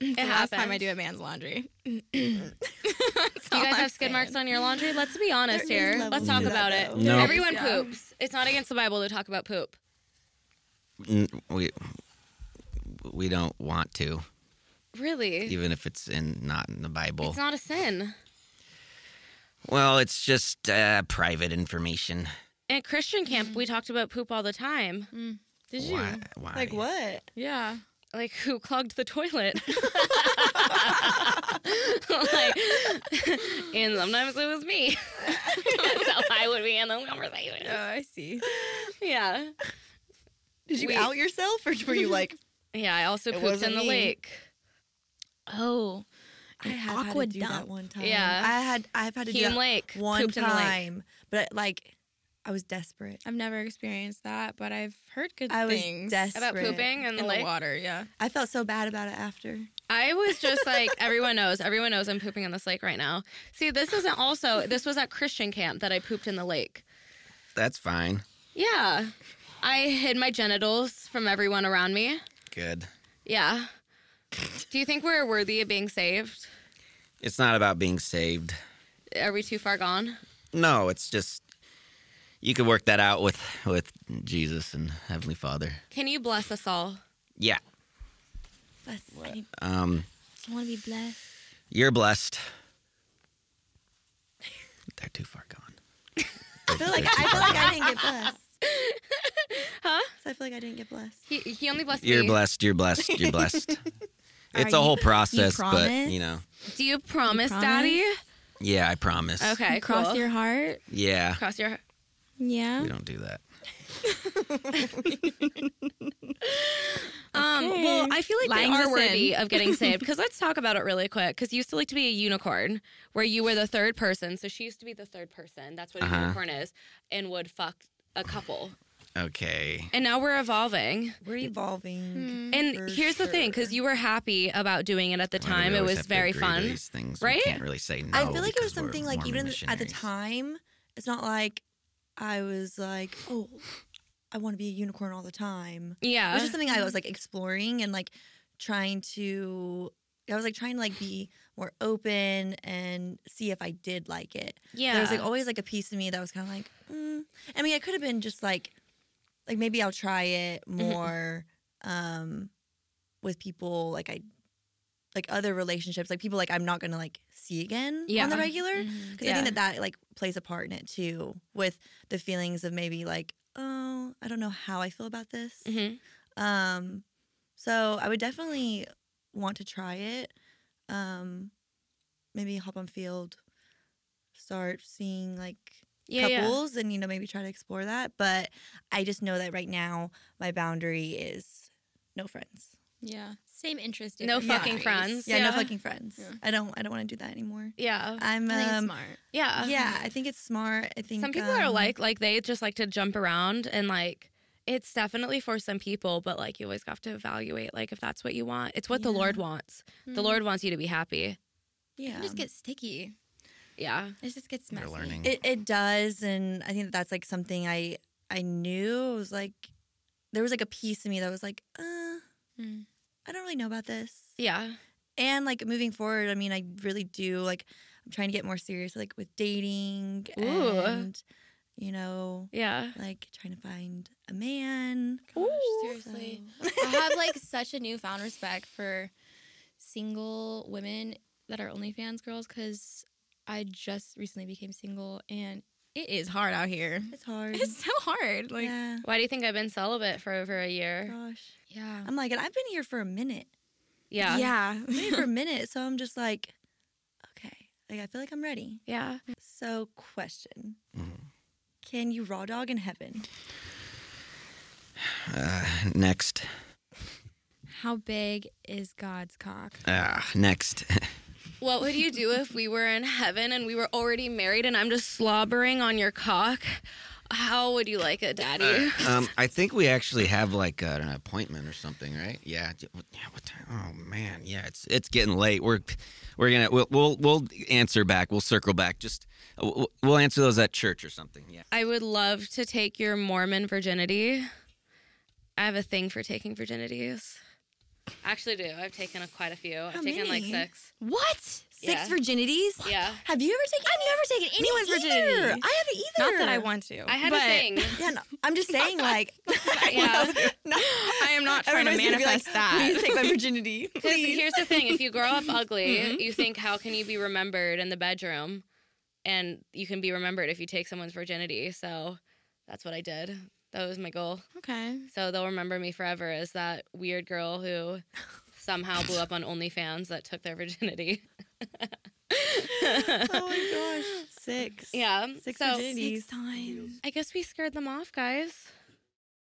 Speaker 7: it the last time I
Speaker 1: happens.
Speaker 7: do a man's laundry. you
Speaker 1: you guys have skid marks on your laundry? Let's be honest
Speaker 5: Oh, There is
Speaker 1: here.
Speaker 5: levels
Speaker 1: Let's
Speaker 5: to
Speaker 1: talk
Speaker 5: that,
Speaker 1: about it.
Speaker 5: though.
Speaker 2: No.
Speaker 1: Everyone
Speaker 7: Yeah.
Speaker 1: poops. It's not against the Bible to talk about poop.
Speaker 2: N- We, we don't want to,
Speaker 1: Really?
Speaker 2: even if it's in not in the Bible.
Speaker 1: It's not a sin.
Speaker 2: well, it's just uh, private information.
Speaker 1: At Christian camp,
Speaker 5: Mm-hmm.
Speaker 1: we talked about poop all the time.
Speaker 5: Mm.
Speaker 7: Did
Speaker 2: Why, why?
Speaker 5: Like what?
Speaker 7: Yeah.
Speaker 1: like who clogged the toilet like and sometimes it was me so i would be in the conversation
Speaker 7: Oh, I see.
Speaker 1: yeah
Speaker 5: Did you
Speaker 1: Wait.
Speaker 5: out yourself or were you like,
Speaker 1: yeah i also
Speaker 5: It
Speaker 1: pooped in
Speaker 5: wasn't
Speaker 1: the
Speaker 5: me.
Speaker 1: lake
Speaker 7: Oh,
Speaker 5: I have
Speaker 7: aqua
Speaker 5: had to do
Speaker 7: dump.
Speaker 5: that one time.
Speaker 1: Yeah.
Speaker 5: I had I've had to do
Speaker 1: Hume
Speaker 5: that
Speaker 1: lake
Speaker 5: one
Speaker 1: pooped in the lake
Speaker 5: time, but like I was desperate.
Speaker 7: I've never experienced that, but I've heard good
Speaker 5: I was
Speaker 7: things
Speaker 5: desperate
Speaker 1: about pooping in
Speaker 7: in
Speaker 1: the
Speaker 7: the
Speaker 1: lake
Speaker 7: water. Yeah.
Speaker 5: I felt so bad about it after.
Speaker 1: I was just like, everyone knows, everyone knows I'm pooping in this lake right now. See, this isn't also, this was at Christian camp that I pooped in the lake.
Speaker 2: That's fine.
Speaker 1: Yeah. I hid my genitals from everyone around me.
Speaker 2: Good.
Speaker 1: Yeah. Do you think we're worthy of being saved?
Speaker 2: It's not about being saved.
Speaker 1: Are we too far gone?
Speaker 2: No, it's just you could work that out with with Jesus and Heavenly Father.
Speaker 1: Can you bless us all?
Speaker 2: Yeah.
Speaker 5: Bless. I need-
Speaker 2: Um
Speaker 7: I want to be blessed.
Speaker 2: you're blessed. They're too far gone.
Speaker 5: I feel like I feel like I didn't get blessed.
Speaker 1: Huh?
Speaker 5: So I feel like I didn't get blessed.
Speaker 1: He, he only blessed
Speaker 2: You're
Speaker 1: me.
Speaker 2: blessed, you're blessed, you're blessed. it's
Speaker 7: Are
Speaker 2: a
Speaker 7: you-
Speaker 2: whole process, but
Speaker 7: promise?
Speaker 2: you know.
Speaker 1: Do you promise,
Speaker 7: promise?
Speaker 1: Daddy?
Speaker 2: Yeah, I promise.
Speaker 1: Okay, cool.
Speaker 7: Cross your heart.
Speaker 2: Yeah.
Speaker 1: cross your.
Speaker 7: Yeah.
Speaker 2: We don't do that.
Speaker 1: Um,
Speaker 7: Okay.
Speaker 1: Well, I feel like
Speaker 7: Lying's
Speaker 1: they
Speaker 7: a
Speaker 1: are
Speaker 7: sin.
Speaker 1: worthy of getting saved because let's talk about it really quick. Because you used to like to be a unicorn, where you were the third person. So she used to be the third person. That's what a
Speaker 2: Uh-huh.
Speaker 1: unicorn is, and would fuck a couple.
Speaker 2: Okay.
Speaker 1: And now we're evolving.
Speaker 5: We're evolving.
Speaker 1: Hmm. And
Speaker 5: Mm, For
Speaker 1: here's the thing because
Speaker 5: sure.
Speaker 1: you were happy about doing it at the
Speaker 2: Why do we
Speaker 1: time, it
Speaker 2: always
Speaker 1: was
Speaker 2: have to
Speaker 1: very
Speaker 2: agree to
Speaker 1: fun.
Speaker 2: These things,
Speaker 1: right?
Speaker 2: We can't really say no.
Speaker 5: I feel like it was
Speaker 2: because we're
Speaker 5: something like
Speaker 2: Mormon
Speaker 5: even at the
Speaker 2: missionaries.
Speaker 5: time, it's not like I was like, oh, I want to be a unicorn all the time. It
Speaker 1: Yeah.
Speaker 5: was just something I was
Speaker 1: mm-hmm.
Speaker 5: like exploring and like trying to. I was like trying to like be more open and see if I did like it.
Speaker 1: yeah.
Speaker 5: There was like always like a piece of me that was kind of like, mm. I mean, I could have been just like, like maybe I'll try it
Speaker 1: Mm-hmm.
Speaker 5: more um with people like I, like other relationships, like people like I'm not gonna like see again on
Speaker 1: Yeah. Mm-hmm.
Speaker 5: the regular
Speaker 7: Mhm.
Speaker 5: because I think that that like plays a part in it too with the feelings of maybe like, oh, I don't know how I feel about this.
Speaker 1: Mhm.
Speaker 5: Um, so I would definitely want to try it. Um, maybe hop on field, start seeing like
Speaker 1: yeah, yeah.
Speaker 5: couples, and you know maybe try to explore that. But I just know that right now my boundary is no friends.
Speaker 7: Yeah. Same interest.
Speaker 1: No
Speaker 7: different
Speaker 1: fucking
Speaker 7: boundaries.
Speaker 1: friends.
Speaker 5: Yeah, no
Speaker 1: Yeah.
Speaker 5: fucking friends.
Speaker 7: Yeah.
Speaker 5: I don't. I don't want to do that anymore.
Speaker 1: Yeah.
Speaker 5: I'm.
Speaker 7: I think it's
Speaker 5: Um,
Speaker 7: smart.
Speaker 1: Yeah.
Speaker 5: yeah, I think it's smart. I think
Speaker 1: Some people are
Speaker 5: um,
Speaker 1: like like they just like to jump around and like it's definitely for some people, but like you always have to evaluate like if that's what you want. It's what the
Speaker 5: Yeah.
Speaker 1: Lord wants. The
Speaker 7: Mhm.
Speaker 1: Lord wants you to be happy.
Speaker 7: It
Speaker 5: yeah.
Speaker 7: can just gets sticky.
Speaker 1: Yeah.
Speaker 7: It just gets
Speaker 2: We're
Speaker 7: messy.
Speaker 2: learning.
Speaker 5: It it does, and I think that that's like something I I knew. It was like there was like a piece of me that was like, uh,
Speaker 7: Mm.
Speaker 5: I don't really know about this.
Speaker 1: Yeah.
Speaker 5: And like moving forward, I mean, I really do like I'm trying to get more serious, like with dating
Speaker 1: Ooh.
Speaker 5: and you know,
Speaker 1: Yeah.
Speaker 5: like trying to find a man.
Speaker 7: Gosh, seriously. I have like such a newfound respect for single women that are OnlyFans girls because I just recently became single and it is hard out here.
Speaker 5: It's hard.
Speaker 7: It's so hard. Like, yeah.
Speaker 5: yeah.
Speaker 1: Why do you think I've been celibate for over a year?
Speaker 5: Gosh,
Speaker 7: Yeah.
Speaker 5: I'm like, and I've been here for a minute.
Speaker 1: Yeah.
Speaker 5: I've been here for a minute, so I'm just like, okay, like I feel like I'm ready.
Speaker 1: Yeah.
Speaker 5: So, question.
Speaker 2: Mhm.
Speaker 5: Can you raw dog in heaven?
Speaker 2: Uh, next.
Speaker 7: How big is God's cock?
Speaker 2: Uh, next.
Speaker 1: What would you do if we were in heaven and we were already married and I'm just slobbering on your cock? How would you like it, daddy?
Speaker 2: um, I think we actually have like uh, an appointment or something, right? Yeah. d- what- Yeah. What time? Oh man. Yeah. It's it's getting late. We're we're gonna we'll we'll, we'll answer back. We'll circle back. Just we'll, we'll answer those at church or something. Yeah.
Speaker 1: I would love to take your Mormon virginity. I have a thing for taking virginities. I actually do. I've taken a, quite a few. I've
Speaker 5: How
Speaker 1: taken like
Speaker 5: many?
Speaker 1: six.
Speaker 7: What?
Speaker 1: Yeah.
Speaker 5: virginities?
Speaker 1: Yeah.
Speaker 5: Have you ever taken? I've never taken
Speaker 7: anyone's virginity.
Speaker 5: I haven't either.
Speaker 7: Not that I want to.
Speaker 1: I had
Speaker 7: but
Speaker 1: a thing.
Speaker 5: Yeah, no, I'm just saying, like,
Speaker 1: Yeah.
Speaker 7: I am not trying to
Speaker 5: Everybody's gonna be like,
Speaker 7: manifest that.
Speaker 5: Please take my virginity.
Speaker 1: Because
Speaker 5: please."
Speaker 1: here's the thing if you grow up ugly, you think, how can you be remembered in the bedroom? And you can be remembered if you take someone's virginity. So that's what I did. That was my goal.
Speaker 7: Okay.
Speaker 1: So they'll remember me forever as that weird girl who somehow blew up on OnlyFans that took their virginity.
Speaker 5: Oh my gosh, six.
Speaker 1: Yeah.
Speaker 5: Six
Speaker 1: so
Speaker 5: virginities.
Speaker 7: time.
Speaker 1: I guess we scared them off, guys.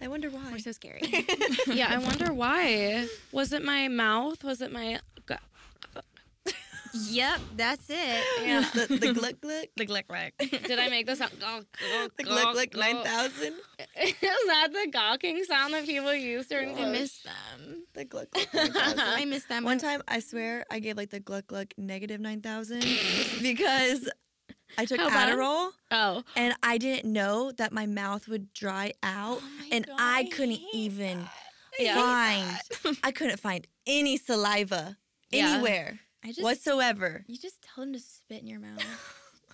Speaker 5: I wonder why.
Speaker 7: We're so scary.
Speaker 1: Yeah, I wonder why. Was it my mouth? Was it my gu-
Speaker 7: yep, that's it.
Speaker 1: Yeah.
Speaker 5: the, the gluck gluck.
Speaker 7: The glick glick.
Speaker 1: Did I make this up? Gawk, gawk,
Speaker 5: The gluck
Speaker 1: gawk,
Speaker 5: gluck
Speaker 1: gawk.
Speaker 5: 9000.
Speaker 1: Is that the gawking sound that people use during
Speaker 7: I
Speaker 1: the
Speaker 7: miss them.
Speaker 5: The gluck gluck
Speaker 7: I
Speaker 5: 9000.
Speaker 7: miss them.
Speaker 5: One time, I swear, I gave like the gluck gluck negative 9000 because I took
Speaker 1: How bad?
Speaker 5: Adderall.
Speaker 1: Oh,
Speaker 5: and I didn't know that my mouth would dry out,
Speaker 7: Oh my
Speaker 5: and
Speaker 7: God,
Speaker 5: I
Speaker 7: I
Speaker 5: couldn't
Speaker 7: hate
Speaker 5: even
Speaker 1: yeah.
Speaker 5: find. I couldn't find any saliva
Speaker 1: Yeah.
Speaker 5: anywhere
Speaker 7: I just
Speaker 5: whatsoever.
Speaker 7: you just tell them to spit in your mouth.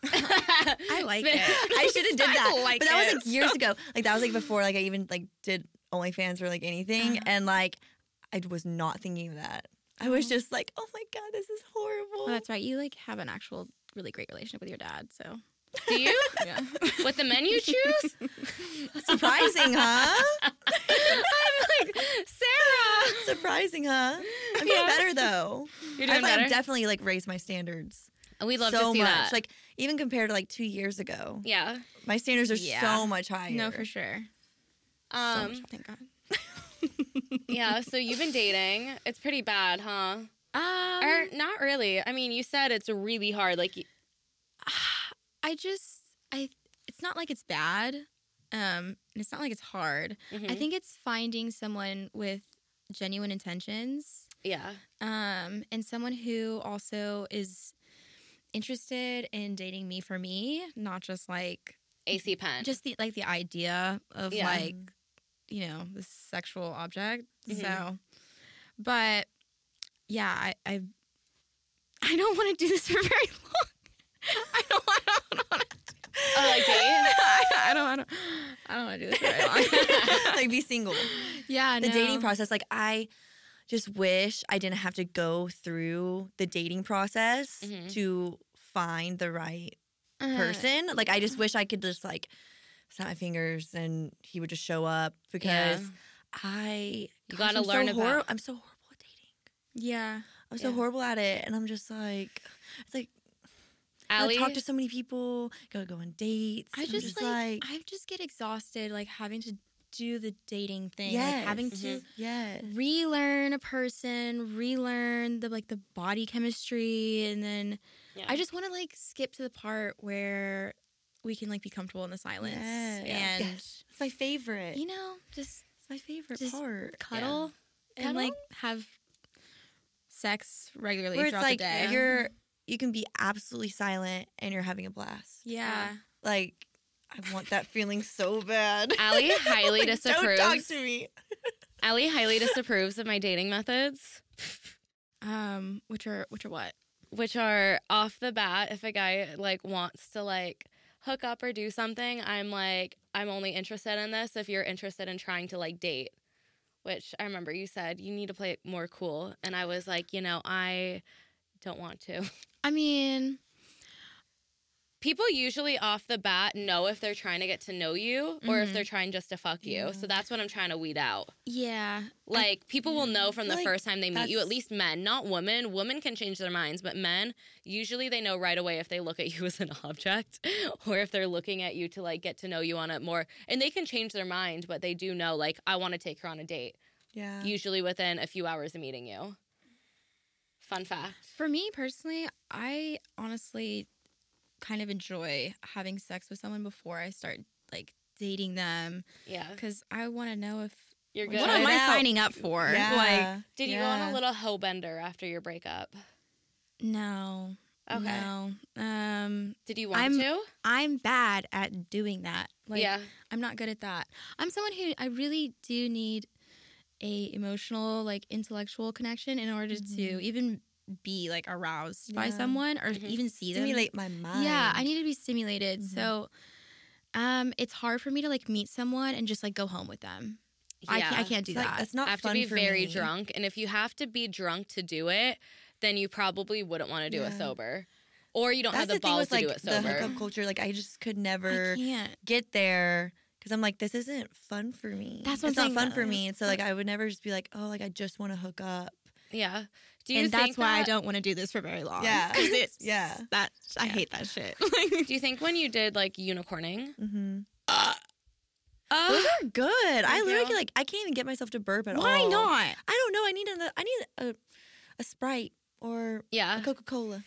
Speaker 1: I
Speaker 7: like it.
Speaker 5: I should have did
Speaker 7: I
Speaker 5: that,
Speaker 7: like
Speaker 5: but that was
Speaker 7: it.
Speaker 5: like years ago. Like that was like before like I even like did OnlyFans or like anything,
Speaker 7: Uh-huh.
Speaker 5: and like I was not thinking of that. I was just like, oh my god, this is horrible.
Speaker 7: Well, that's right. You like have an actual really great relationship with your dad, so
Speaker 1: Do you?
Speaker 7: yeah.
Speaker 1: With the men you choose?
Speaker 5: Surprising, huh?
Speaker 1: I'm like, Sarah.
Speaker 5: Surprising, huh? I'm doing
Speaker 1: Yeah.
Speaker 5: better though.
Speaker 1: You're doing
Speaker 5: I feel like
Speaker 1: better.
Speaker 5: I've definitely like raised my standards.
Speaker 1: We'd love to
Speaker 5: so
Speaker 1: see
Speaker 5: much.
Speaker 1: that.
Speaker 5: Like even compared to like two years ago,
Speaker 1: yeah.
Speaker 5: my standards are
Speaker 7: Yeah.
Speaker 5: so much higher.
Speaker 7: no, for sure. so
Speaker 1: Um,
Speaker 7: much, thank God.
Speaker 1: yeah. So you've been dating. It's pretty bad, huh?
Speaker 7: Um,
Speaker 1: Or not really. I mean, you said it's really hard. Like, y-
Speaker 7: I just I it's not like it's bad. Um, and it's not like it's hard. I think it's finding someone with genuine intentions
Speaker 1: yeah.
Speaker 7: um, and someone who also is interested in dating me for me, not just like
Speaker 1: AC Penn.
Speaker 7: just the like the idea of
Speaker 1: Yeah.
Speaker 7: like you know the sexual object.
Speaker 1: Mhm.
Speaker 5: Mm-hmm.
Speaker 7: So, but yeah, I I, I don't want to do this for very long. I don't want. I don't want to.
Speaker 1: Oh, like date?
Speaker 7: I don't want to. I don't want to do this for very long.
Speaker 5: like be single.
Speaker 7: yeah,
Speaker 5: The
Speaker 7: no.
Speaker 5: dating process, like I just wish I didn't have to go through the dating process
Speaker 1: Mhm.
Speaker 5: to find the right
Speaker 7: Uh,
Speaker 5: person. Like I just wish I could just like snap my fingers and he would just show up because I
Speaker 1: You gotta
Speaker 5: I'm
Speaker 1: learn
Speaker 5: so
Speaker 1: about-
Speaker 5: horri- I'm so horrible at dating.
Speaker 7: Yeah.
Speaker 5: I'm
Speaker 1: Yeah.
Speaker 5: so horrible at it, and I'm just like it's like I
Speaker 1: Allie,
Speaker 5: talk to so many people, gotta go on dates.
Speaker 7: I
Speaker 5: I'm
Speaker 7: just, like,
Speaker 5: like,
Speaker 7: I just get exhausted like having to do the dating thing, like
Speaker 5: Yes. Mm-hmm.
Speaker 7: having to Mm-hmm.
Speaker 1: Mhm.
Speaker 5: yes,
Speaker 7: relearn a person, relearn the like the body chemistry and then
Speaker 1: Yeah.
Speaker 7: I just want to like skip to the part where we can like be comfortable in the silence
Speaker 5: Yes.
Speaker 7: and
Speaker 5: Yes. it's my favorite.
Speaker 7: you know just
Speaker 5: it's my favorite
Speaker 7: just
Speaker 5: part.
Speaker 7: cuddle and
Speaker 1: Cuddle?
Speaker 7: like have sex regularly
Speaker 5: Where it's
Speaker 7: throughout
Speaker 5: like uh,
Speaker 7: the day.
Speaker 5: you're you can be absolutely silent and you're having a blast.
Speaker 7: yeah.
Speaker 5: Like I want that feeling so bad.
Speaker 1: Allie highly
Speaker 5: Like, Don't talk
Speaker 1: disapproves.
Speaker 5: to me.
Speaker 1: Allie highly disapproves of my dating methods,
Speaker 7: Um, which are which are what?
Speaker 1: which are off the bat. If a guy like wants to like hook up or do something, I'm like, I'm only interested in this if you're interested in trying to like date. Which I remember you said you need to play it more cool, and I was like, you know, I don't want to.
Speaker 7: I mean,
Speaker 1: people usually off the bat know if they're trying to get to know you or if
Speaker 7: Mhm.
Speaker 1: they're trying just to fuck you. So that's what I'm trying to weed out.
Speaker 7: yeah.
Speaker 1: Like people will know from the
Speaker 5: Like,
Speaker 1: first time they meet you, at
Speaker 5: that's-
Speaker 1: least men, not women. Women can change their minds, but men, usually they know right away if they look at you as an object or if they're looking at you to like get to know you on it more. And they can change their mind, but they do know like I want to take her on a date,
Speaker 5: Yeah.
Speaker 1: usually within a few hours of meeting you. Fun fact.
Speaker 7: For me personally, I honestly kind of enjoy having sex with someone before I start like dating them
Speaker 1: Yeah.
Speaker 7: because Uh, I want to know if
Speaker 1: You're
Speaker 5: What
Speaker 1: good.
Speaker 7: what am I
Speaker 5: Good.
Speaker 7: signing up for. Like,
Speaker 1: Did you go on a little hoe bender after your breakup?
Speaker 7: no,
Speaker 1: Okay.
Speaker 7: no. Um,
Speaker 1: Did you want
Speaker 7: I'm-
Speaker 1: to?
Speaker 7: I'm bad at doing that. Like,
Speaker 1: yeah.
Speaker 7: I'm not good at that. I'm someone who I really do need a emotional, like intellectual connection in order to even be like aroused by
Speaker 5: Mm-hmm. Yeah.
Speaker 7: someone or
Speaker 1: Mhm.
Speaker 7: even see them.
Speaker 5: stimulate my mind?
Speaker 7: Yeah, I need to be stimulated.
Speaker 5: Mhm.
Speaker 7: So um it's hard for me to like meet someone and just like go home with them. I can't, I can't do
Speaker 5: It's like,
Speaker 7: that.
Speaker 5: That's not
Speaker 1: have to
Speaker 5: fun
Speaker 1: be
Speaker 5: for
Speaker 1: very
Speaker 5: me.
Speaker 1: drunk, and if you have to be drunk to do it, then you probably wouldn't want to do it
Speaker 5: Yeah.
Speaker 1: sober, or you don't
Speaker 5: That's
Speaker 1: have the,
Speaker 5: the thing
Speaker 1: balls
Speaker 5: with
Speaker 1: to
Speaker 5: like
Speaker 1: do it
Speaker 5: the
Speaker 1: sober.
Speaker 5: hookup culture. Like I just could
Speaker 7: I
Speaker 5: never
Speaker 7: can't.
Speaker 5: get there because I'm like, this isn't fun for me.
Speaker 7: That's what
Speaker 5: it's
Speaker 7: I'm
Speaker 5: not
Speaker 7: saying,
Speaker 5: fun
Speaker 7: though.
Speaker 5: for me. And so like I would never just be like, oh, like I just want to hook up.
Speaker 1: Yeah. Do you
Speaker 7: And
Speaker 1: think
Speaker 7: that's why I
Speaker 1: that-
Speaker 7: don't want to do this for very long.
Speaker 5: Yeah.
Speaker 7: 'Cause it's-
Speaker 5: Yeah.
Speaker 7: That I hate that shit.
Speaker 1: Do you think when you did like unicorning?
Speaker 5: Mm-hmm.
Speaker 1: Uh,
Speaker 5: Those are good. I
Speaker 1: Thank
Speaker 5: literally
Speaker 1: you.
Speaker 5: like I can't even get myself to burp at
Speaker 7: why
Speaker 5: all.
Speaker 7: not?
Speaker 5: I don't know. I need another. I need a a sprite or
Speaker 1: yeah,
Speaker 5: a Coca Cola.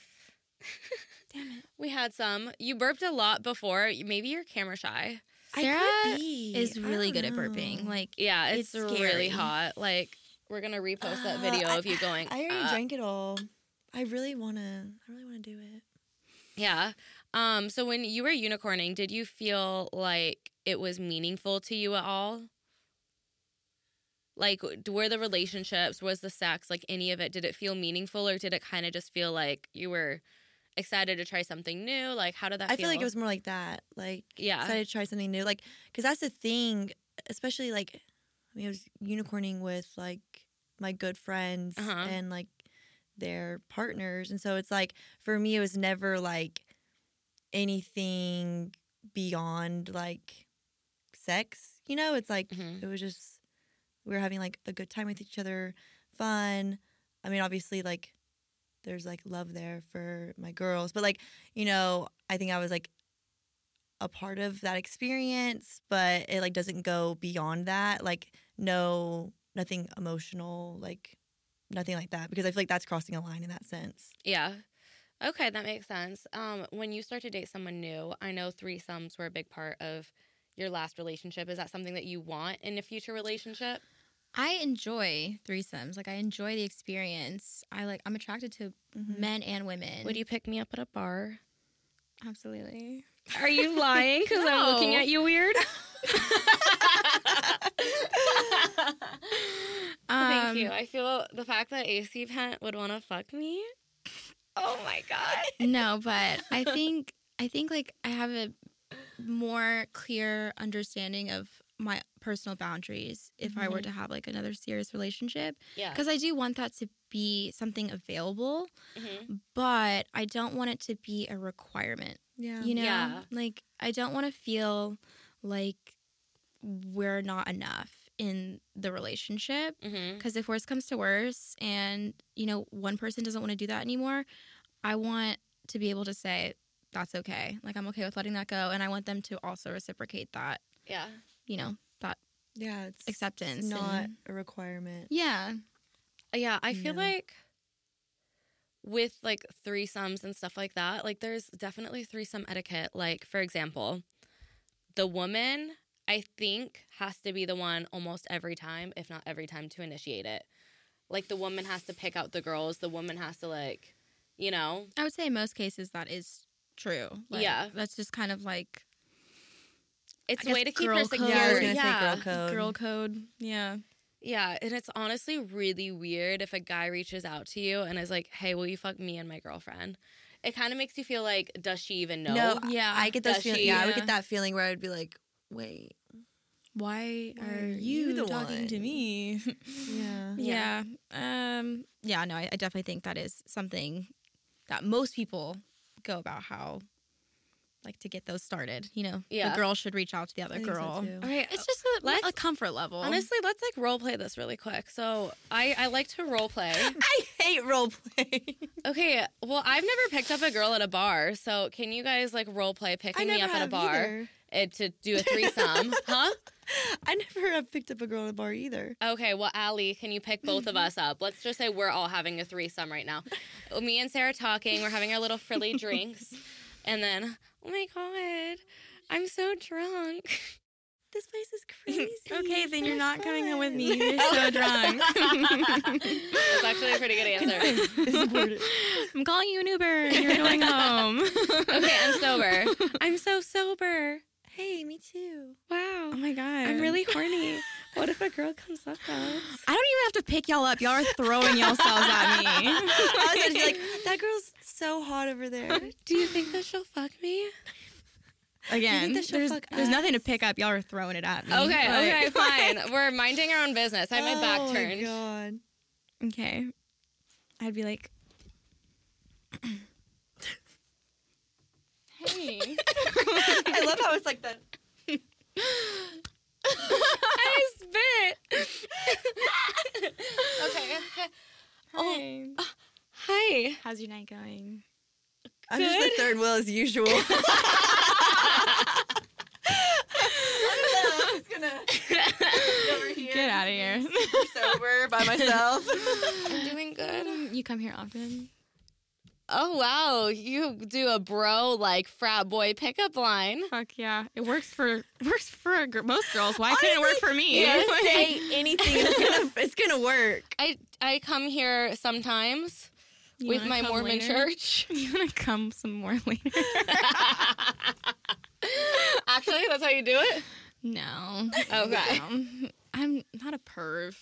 Speaker 1: we had some. You burped a lot before. Maybe you're camera shy.
Speaker 7: Sarah is really good at burping. Like
Speaker 1: Yeah, it's,
Speaker 7: It's scary.
Speaker 1: really hot. Like we're gonna repost that video of you going.
Speaker 5: Uh, I already
Speaker 1: uh,
Speaker 5: drank it all. I really wanna. I really wanna do it.
Speaker 1: Yeah. Um, so when you were unicorning, did you feel like it was meaningful to you at all? Like, w- were the relationships, was the sex, like any of it, did it feel meaningful or did it kind of just feel like you were excited to try something new? Like, how did that
Speaker 5: I feel like it was more like that. Like
Speaker 1: Yeah.
Speaker 5: excited to try something new. Like because that's the thing, especially like I mean, I was unicorning with like my good friends
Speaker 1: Uh-huh.
Speaker 5: and like their partners, and so it's like for me, it was never like anything beyond like sex. You know, it's like
Speaker 1: Mhm.
Speaker 5: it was just we were having like a good time with each other, fun. I mean, obviously, like there's like love there for my girls, but like you know, I think I was like a part of that experience, but it like doesn't go beyond that. Like no, nothing emotional, like nothing like that, because I feel like that's crossing a line in that sense.
Speaker 1: Yeah. Okay, that makes sense. Um, when you start to date someone new, I know threesomes were a big part of your last relationship? Is that something that you want in a future relationship?
Speaker 7: I enjoy threesomes. Like I enjoy the experience. I like I'm attracted
Speaker 1: Mm.
Speaker 7: to
Speaker 5: Mm-hmm.
Speaker 7: men and women.
Speaker 1: Would you pick me up at a bar?
Speaker 7: Absolutely.
Speaker 1: Are you lying? Because I'm looking
Speaker 7: No.
Speaker 1: at you weird.
Speaker 7: Um,
Speaker 1: Thank you. I feel the fact that AC Pent would want to fuck me. Oh my god.
Speaker 7: no, but I think I think like I have a more clear understanding of my personal boundaries if I were to have like another serious relationship
Speaker 1: Mm-hmm. Yeah.
Speaker 7: because I do want that to be something available,
Speaker 1: Mhm.
Speaker 7: but I don't want it to be a requirement.
Speaker 5: Yeah.
Speaker 7: You know,
Speaker 1: Yeah.
Speaker 7: like I don't want to feel like we're not enough in the relationship
Speaker 1: Mhm.
Speaker 5: Mm.
Speaker 7: because if worse comes to worse and you know one person doesn't want to do that anymore i want to be able to say that's okay like i'm okay with letting that go and i want them to also reciprocate that
Speaker 1: Yeah.
Speaker 7: you know that
Speaker 5: Yeah. It's, it's
Speaker 7: acceptance
Speaker 5: not
Speaker 7: and-
Speaker 5: a requirement.
Speaker 7: yeah
Speaker 1: Yeah, I feel
Speaker 5: Yeah.
Speaker 1: like with like threesomes and stuff like that, like there's definitely threesome etiquette. Like, for example, the woman, I think, has to be the one almost every time, if not every time, to initiate it. Like, the woman has to pick out the girls, the woman has to, like, you know,
Speaker 7: i would say in most cases that is true Like,
Speaker 1: Yeah.
Speaker 7: that's just kind of like
Speaker 1: it's a
Speaker 7: guess
Speaker 1: way to keep her
Speaker 7: girl code.
Speaker 1: secure.
Speaker 5: Yeah, I was gonna
Speaker 1: yeah.
Speaker 5: say girl code.
Speaker 7: girl code yeah
Speaker 1: Yeah, and it's honestly really weird if a guy reaches out to you and is like, "Hey, will you fuck me and my girlfriend?" It kind of makes you feel like, does she even know?
Speaker 5: No,
Speaker 7: yeah
Speaker 5: I get those
Speaker 1: Does
Speaker 5: feeling.
Speaker 1: she-
Speaker 5: yeah, I would
Speaker 7: yeah.
Speaker 5: get that feeling where I'd be like, wait,
Speaker 7: why,
Speaker 5: Why
Speaker 7: are
Speaker 5: are
Speaker 7: you,
Speaker 5: you the
Speaker 7: talking to
Speaker 5: one?
Speaker 7: me Yeah.
Speaker 5: yeah,
Speaker 7: Um. Yeah. No, I, I definitely think that is something that most people go about how, like, to get those started. You know,
Speaker 1: Yeah.
Speaker 7: the girl should reach out to the
Speaker 5: I
Speaker 7: other
Speaker 5: think so,
Speaker 7: girl.
Speaker 5: too.
Speaker 1: All right, uh,
Speaker 7: It's just a,
Speaker 1: Let's- um,
Speaker 7: a comfort level.
Speaker 1: honestly, let's like role play this really quick. So I I like to role play.
Speaker 5: I hate role play.
Speaker 1: Okay, well I've never picked up a girl at a bar, so can you guys like role play picking me up at a bar
Speaker 5: either.
Speaker 1: and to do a threesome, huh?
Speaker 5: I never have picked up a girl at a bar either.
Speaker 1: Okay, well, Allie, can you pick both of us up? Let's just say we're all having a threesome right now. Me and Sarah talking, we're having our little frilly drinks. And then, oh my God, I'm so drunk.
Speaker 5: This place is crazy.
Speaker 7: okay, then
Speaker 5: So
Speaker 7: you're not coming home with
Speaker 5: fun. Oh,
Speaker 7: me. You're so drunk.
Speaker 1: That's actually a pretty good answer.
Speaker 7: I'm calling you an Uber. and You're going home.
Speaker 1: Okay, I'm sober. I'm so sober.
Speaker 5: Hey, me too.
Speaker 1: Wow.
Speaker 7: Oh my god.
Speaker 1: I'm really horny. What if a girl comes up us?
Speaker 7: I don't even have to pick y'all up. Y'all are throwing yourselves at me.
Speaker 5: I was gonna be like, that girl's so hot over there.
Speaker 1: Do you think that she'll fuck me?
Speaker 7: Again,
Speaker 5: that she'll
Speaker 7: there's,
Speaker 5: fuck
Speaker 7: there's nothing to
Speaker 5: us?
Speaker 7: pick up. Y'all are throwing it at me.
Speaker 1: Okay, okay,
Speaker 7: Like-
Speaker 1: fine. We're minding our own business. I had my back turned.
Speaker 5: Oh my god.
Speaker 7: Okay. I'd be like, hey.
Speaker 5: I love how it's like that.
Speaker 1: I spit. okay.
Speaker 7: hey.
Speaker 1: Hi.
Speaker 7: "Oh, How's your night going?
Speaker 5: I'm just the third wheel as usual. I'm just gonna over here.
Speaker 7: Get out of here.
Speaker 5: sober by myself.
Speaker 1: I'm doing good.
Speaker 7: you come here often?
Speaker 1: Oh wow, you do a bro like frat boy pickup line.
Speaker 7: Fuck yeah. It works for works for gr- most girls. Why couldn't it work for me?
Speaker 5: You can say anything. It's gonna, it's gonna work.
Speaker 1: I I come here sometimes
Speaker 7: You
Speaker 1: with
Speaker 7: wanna
Speaker 1: my
Speaker 7: come
Speaker 1: Mormon
Speaker 7: later?
Speaker 1: church.
Speaker 7: You want to come some more later?
Speaker 1: Actually, that's how you do it.
Speaker 7: No.
Speaker 1: Okay.
Speaker 7: No. I'm not a perv.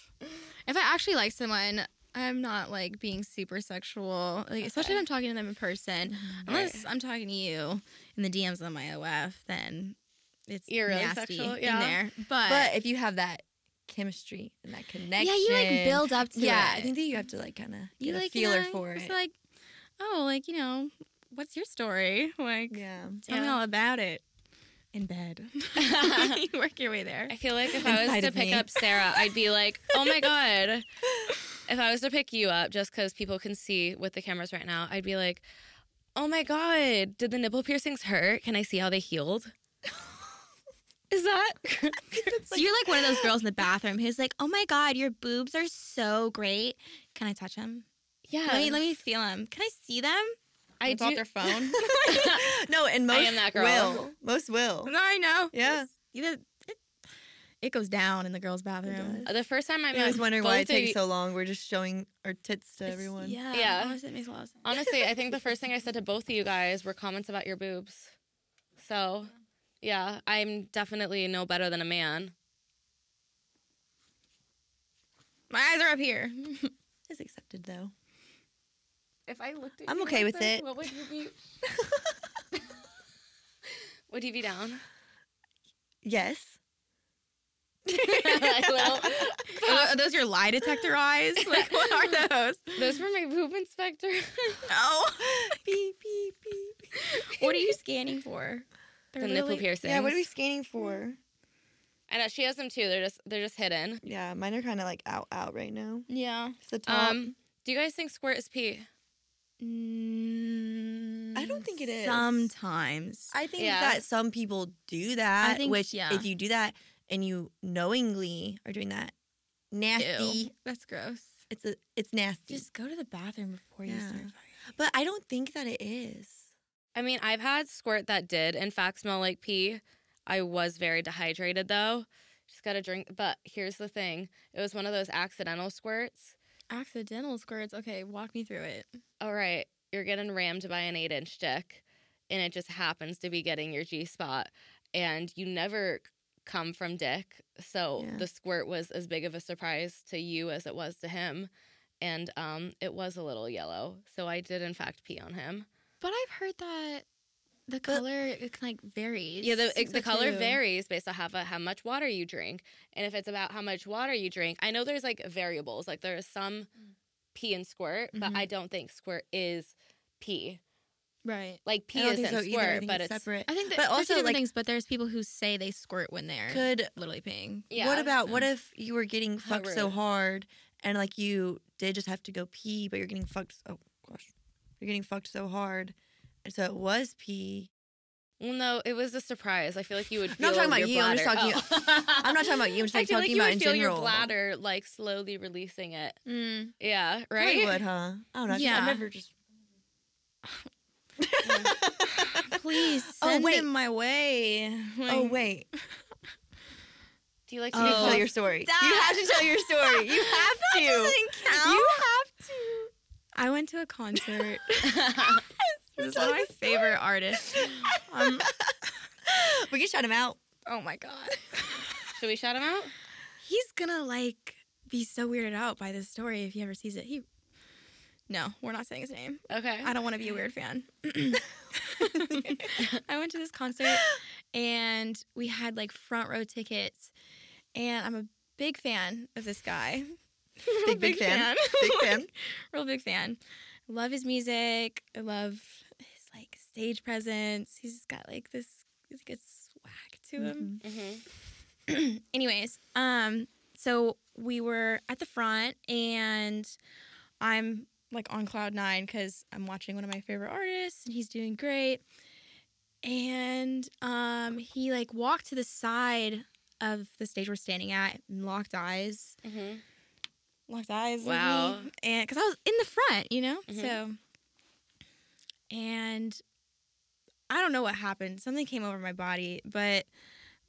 Speaker 7: If I actually like someone, I'm not like being super sexual. Like especially if I'm talking to them in person. Unless I'm talking to you in the DMs on my OF, then it's
Speaker 1: You're really
Speaker 7: nasty
Speaker 1: sexual,
Speaker 7: in
Speaker 1: yeah.
Speaker 7: there. But,
Speaker 5: But if you have that chemistry and that connection,
Speaker 7: yeah, you like build up to
Speaker 5: Yeah,
Speaker 7: it.
Speaker 5: I think that you have to like kind of
Speaker 7: you
Speaker 5: get
Speaker 7: like
Speaker 5: a feeler
Speaker 7: you know,
Speaker 5: for
Speaker 7: it's
Speaker 5: it.
Speaker 7: like, oh, like you know, what's your story? Like,
Speaker 5: yeah,
Speaker 7: tell me
Speaker 1: Yeah.
Speaker 7: all about it. In bed, you work your way there.
Speaker 1: I feel like if I was
Speaker 5: Inside
Speaker 1: to
Speaker 5: of
Speaker 1: pick
Speaker 5: me.
Speaker 1: up Sarah, I'd be like, oh my God. If I was to pick you up, just because people can see with the cameras right now, I'd be like, oh my God, did the nipple piercings hurt? Can I see how they healed? Is that?
Speaker 7: So you're like one of those girls in the bathroom who's like, "Oh my god, your boobs are so great. Can I touch them?
Speaker 1: yeah.
Speaker 7: Let me let me feel them. Can I see them?"
Speaker 1: I
Speaker 7: Without
Speaker 1: do.
Speaker 7: their phone.
Speaker 5: no, and most
Speaker 1: I am that girl.
Speaker 5: will. Most will.
Speaker 7: I know.
Speaker 5: Yeah.
Speaker 7: you know, it, it goes down in the girls' bathroom.
Speaker 1: The first time I
Speaker 5: I
Speaker 1: met
Speaker 5: was wondering why it
Speaker 1: both of
Speaker 5: takes
Speaker 1: you-
Speaker 5: so long. We're just showing our tits to everyone.
Speaker 7: Yeah.
Speaker 1: Yeah.
Speaker 7: Honestly, it makes a lot of sense.
Speaker 1: Honestly, I think the first thing I said to both of you guys were comments about your boobs. So, yeah, I'm definitely no better than a man.
Speaker 7: My eyes are up here.
Speaker 5: It's accepted though.
Speaker 1: If I looked at
Speaker 5: I'm you okay like with this, it.
Speaker 1: What would you be? would you be down?
Speaker 5: Yes.
Speaker 1: Like, well,
Speaker 7: are those your lie detector eyes? Like, what are those?
Speaker 1: those were my boob inspector.
Speaker 7: Oh.
Speaker 5: Beep beep beep.
Speaker 7: what are you scanning for?
Speaker 1: the
Speaker 7: They're
Speaker 1: nipple
Speaker 7: really-
Speaker 1: piercings.
Speaker 5: Yeah. What are we scanning for?
Speaker 1: I know she has them too. They're just they're just hidden.
Speaker 5: Yeah, mine are kind of like out out right now.
Speaker 7: Yeah.
Speaker 5: It's the top.
Speaker 1: Um, do you guys think squirt is pee?
Speaker 5: I don't think it is.
Speaker 7: Sometimes.
Speaker 5: I think
Speaker 1: Yeah.
Speaker 5: that some people do that.
Speaker 7: think-
Speaker 5: which
Speaker 7: yeah.
Speaker 5: if you do that and you knowingly are doing that, nasty.
Speaker 7: Ew. That's gross.
Speaker 5: It's a it's nasty.
Speaker 7: Just go to the bathroom before you
Speaker 5: Yeah.
Speaker 7: start.
Speaker 5: but I don't think that it is.
Speaker 1: I mean, I've had squirt that did, in fact, smell like pee. I was very dehydrated though. Just got a drink. But here's the thing it was one of those accidental squirts.
Speaker 7: Accidental squirts. Okay, walk me through it.
Speaker 1: All right, you're getting rammed by an eight inch dick, and it just happens to be getting your G spot. And you never c- come from dick. So
Speaker 5: Yeah.
Speaker 1: the squirt was as big of a surprise to you as it was to him. And um, it was a little yellow. So I did, in fact, pee on him.
Speaker 7: But I've heard that the color it like varies.
Speaker 1: Yeah, the, it- the color varies based on how, fa- how much water you drink. And if it's about how much water you drink, I know there's like variables. Like there is some
Speaker 5: Mm.
Speaker 1: pee and squirt, but
Speaker 7: Mhm.
Speaker 5: Mm-hmm.
Speaker 1: I don't think squirt is pee.
Speaker 7: Right.
Speaker 1: Like pee
Speaker 5: I don't
Speaker 1: isn't
Speaker 5: think so either. I
Speaker 1: squirt,
Speaker 5: think
Speaker 1: but
Speaker 5: it's
Speaker 1: it's.
Speaker 5: separate.
Speaker 7: I think that
Speaker 5: But
Speaker 7: there's two
Speaker 5: also,
Speaker 7: different
Speaker 5: like-
Speaker 7: things, but there's people who say they squirt when they're
Speaker 5: Could
Speaker 7: literally peeing.
Speaker 1: Yeah.
Speaker 5: What about what if you were getting fucked so
Speaker 1: rude.
Speaker 5: hard and like you did just have to go pee, but you're getting fucked? Oh gosh, you're getting fucked so hard, and so it was pee.
Speaker 1: Well, no, it was a surprise. I feel like you would.
Speaker 5: No,
Speaker 1: Feel
Speaker 5: I'm talking about
Speaker 1: your
Speaker 5: you. I'm just
Speaker 1: bladder-
Speaker 5: talking-
Speaker 1: Oh.
Speaker 5: I'm not talking about you. I'm just
Speaker 1: I
Speaker 5: like
Speaker 1: feel
Speaker 5: talking
Speaker 1: you
Speaker 5: about
Speaker 1: would
Speaker 5: in
Speaker 1: feel
Speaker 5: general.
Speaker 1: your bladder like slowly releasing it.
Speaker 7: Mm.
Speaker 1: Yeah,
Speaker 5: I
Speaker 1: right.
Speaker 5: would, huh? I don't know.
Speaker 7: Yeah.
Speaker 5: Yeah. I've never just.
Speaker 7: Please
Speaker 5: Oh,
Speaker 7: send
Speaker 5: wait.
Speaker 7: them my way.
Speaker 5: Oh wait,
Speaker 1: Do you like to
Speaker 5: you have to
Speaker 1: oh.
Speaker 5: tell your story. You have to tell your story. You have to.
Speaker 7: You have to. I went to a concert. this is one of my favorite artists. Um,
Speaker 5: we can shout him out.
Speaker 7: oh my god.
Speaker 1: Should we shout him out?
Speaker 7: He's gonna like be so weirded out by this story if he ever sees it. He. No, we're not saying his name.
Speaker 1: Okay.
Speaker 7: I don't want to be a weird fan. I went to this concert and we had like front row tickets, and I'm a big fan of this guy.
Speaker 5: Big, big fan. Big fan.
Speaker 7: Real big fan. Love his music. I love his like stage presence. He's got like this, he's got swag to him
Speaker 1: Mhm.
Speaker 7: anyways, um, so we were at the front, and I'm like on cloud nine because I'm watching one of my favorite artists, and he's doing great. And um, he like walked to the side of the stage we're standing at, and locked eyes,
Speaker 1: Mhm.
Speaker 7: locked eyes. with
Speaker 1: Wow.
Speaker 7: me, and because I was in the front, you know,
Speaker 1: Mhm.
Speaker 7: so and I don't know what happened. Something came over my body, but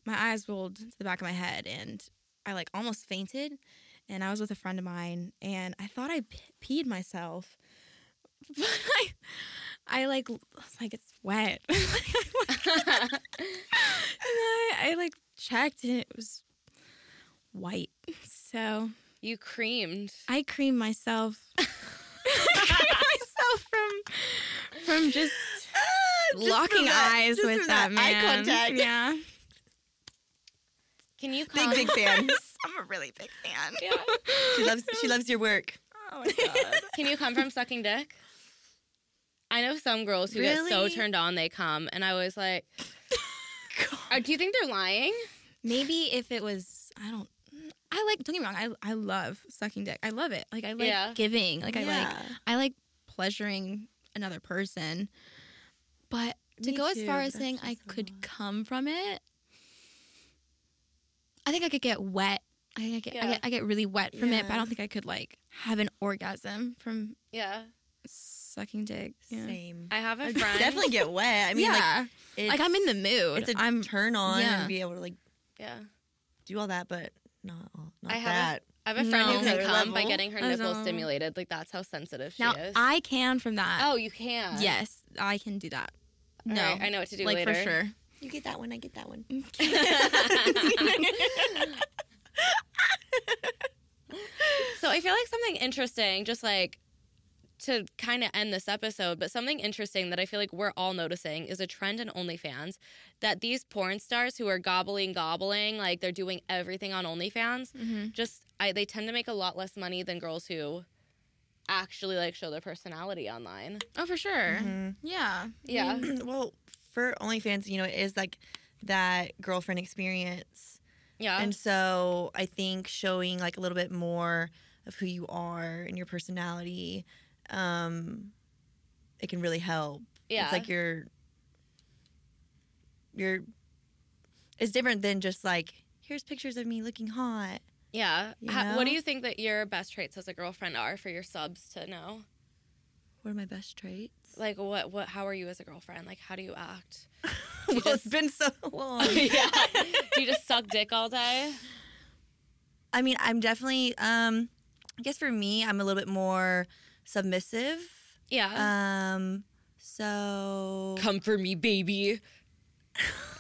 Speaker 7: my eyes rolled to the back of my head and I like almost fainted. And I was with a friend of mine and I thought I p- peed myself. But I, I like, I was like, it's wet. and
Speaker 1: mm-hmm.
Speaker 7: I, I like checked and it was white. So
Speaker 1: You creamed.
Speaker 7: I creamed myself. I creamed myself from, from just locking eyes
Speaker 5: just
Speaker 7: with
Speaker 5: from
Speaker 7: that,
Speaker 5: Ah, that eye
Speaker 7: man.
Speaker 5: contact.
Speaker 7: Yeah.
Speaker 1: Can you come?
Speaker 5: Big, big fan.
Speaker 7: I'm a really big fan.
Speaker 5: She loves. She loves your work.
Speaker 7: Oh my god.
Speaker 1: Can you come from sucking dick? I know some girls who get so
Speaker 5: Really?
Speaker 1: turned on they come, and I was like, Uh, "Do you think they're lying?"
Speaker 7: Maybe if it was, I don't. I like. Don't get me wrong. I I love sucking dick. I love it. Like I like
Speaker 1: Yeah.
Speaker 7: giving. Like I like.
Speaker 5: Yeah.
Speaker 7: I like pleasuring another person. But to
Speaker 5: Me
Speaker 7: go as
Speaker 5: too,
Speaker 7: far
Speaker 5: but
Speaker 7: as
Speaker 5: that's
Speaker 7: saying I
Speaker 5: just a
Speaker 7: could
Speaker 5: lot.
Speaker 7: come from it, I think I could get wet. I think I get, I
Speaker 1: Yeah.
Speaker 7: get I get really wet from it, but I
Speaker 5: Yeah.
Speaker 7: don't think I could like have an orgasm from
Speaker 1: Yeah,
Speaker 7: sucking dick. Yeah.
Speaker 5: Same.
Speaker 1: I have a
Speaker 5: I'd
Speaker 1: friend.
Speaker 5: definitely get wet. I mean,
Speaker 7: yeah.
Speaker 5: like,
Speaker 7: like I'm in the mood.
Speaker 5: It's a
Speaker 7: I'm
Speaker 5: turn on
Speaker 7: yeah.
Speaker 5: and be able to like
Speaker 1: Yeah.
Speaker 5: do all that, but not all, not
Speaker 1: I have a-
Speaker 5: that.
Speaker 1: I have a friend
Speaker 7: No.
Speaker 1: who can
Speaker 5: Another
Speaker 1: come by
Speaker 5: level.
Speaker 1: getting her
Speaker 7: I
Speaker 1: nipples
Speaker 7: know.
Speaker 1: stimulated. Like that's how sensitive she
Speaker 7: Now
Speaker 1: is.
Speaker 7: I can from that.
Speaker 1: oh, you can.
Speaker 7: yes, I can do that.
Speaker 1: All
Speaker 7: no,
Speaker 1: right, I know what to do
Speaker 7: like
Speaker 1: later.
Speaker 7: for sure.
Speaker 5: You get that one. I get that one.
Speaker 1: so I feel like something interesting, just like to kind of end this episode, but something interesting that I feel like we're all noticing is a trend in OnlyFans that these porn stars who are gobbling, gobbling, like they're doing everything on OnlyFans,
Speaker 7: Mm-hmm.
Speaker 1: just I, they tend to make a lot less money than girls who actually like show their personality online.
Speaker 7: Oh, for sure.
Speaker 5: Mm-hmm.
Speaker 1: Mm-hmm.
Speaker 7: Yeah.
Speaker 1: Yeah.
Speaker 5: well, for OnlyFans, you know, it is like that girlfriend experience.
Speaker 1: Yeah.
Speaker 5: And so I think showing like a little bit more of who you are and your personality, um, it can really help.
Speaker 1: yeah.
Speaker 5: It's like you're you're it's different than just like, here's pictures of me looking hot.
Speaker 1: yeah.
Speaker 5: you
Speaker 1: How- what do
Speaker 5: know?
Speaker 1: you think that your best traits as a girlfriend are for your subs to know?
Speaker 5: What are my best traits?
Speaker 1: Like what what how are you as a girlfriend? Like how do you act?
Speaker 5: well, it's been so long.
Speaker 1: yeah. Do you just suck dick all day?
Speaker 5: I mean, I'm definitely um I guess for me, I'm a little bit more submissive.
Speaker 1: Yeah.
Speaker 5: Um so
Speaker 1: Uh-huh. Come for me, baby.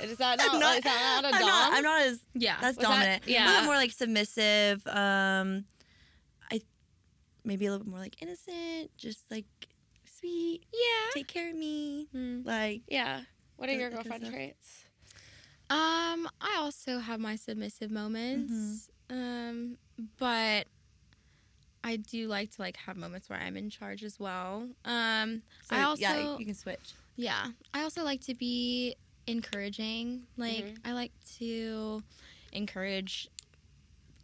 Speaker 1: Is that not,
Speaker 5: Um, I'm not-
Speaker 1: is that not a
Speaker 5: I'm
Speaker 1: dom?
Speaker 5: not, I'm not as
Speaker 7: Yeah.
Speaker 1: Was
Speaker 5: That's
Speaker 1: that-
Speaker 5: dominant.
Speaker 1: yeah.
Speaker 5: A little more like submissive. Um, I maybe a little bit more like innocent, just like sweet.
Speaker 1: yeah.
Speaker 5: Take care of me.
Speaker 7: Mm.
Speaker 5: Like
Speaker 1: Yeah. What are
Speaker 5: Does-
Speaker 1: your
Speaker 5: does
Speaker 1: girlfriend
Speaker 5: that-
Speaker 1: traits?
Speaker 7: Um, I also have my submissive moments. Um, but I do like to like have moments where I'm in charge as well. Um,
Speaker 5: so,
Speaker 7: I also
Speaker 5: yeah, you can switch.
Speaker 7: Yeah. I also like to be encouraging. Like
Speaker 1: Mhm.
Speaker 7: I like to encourage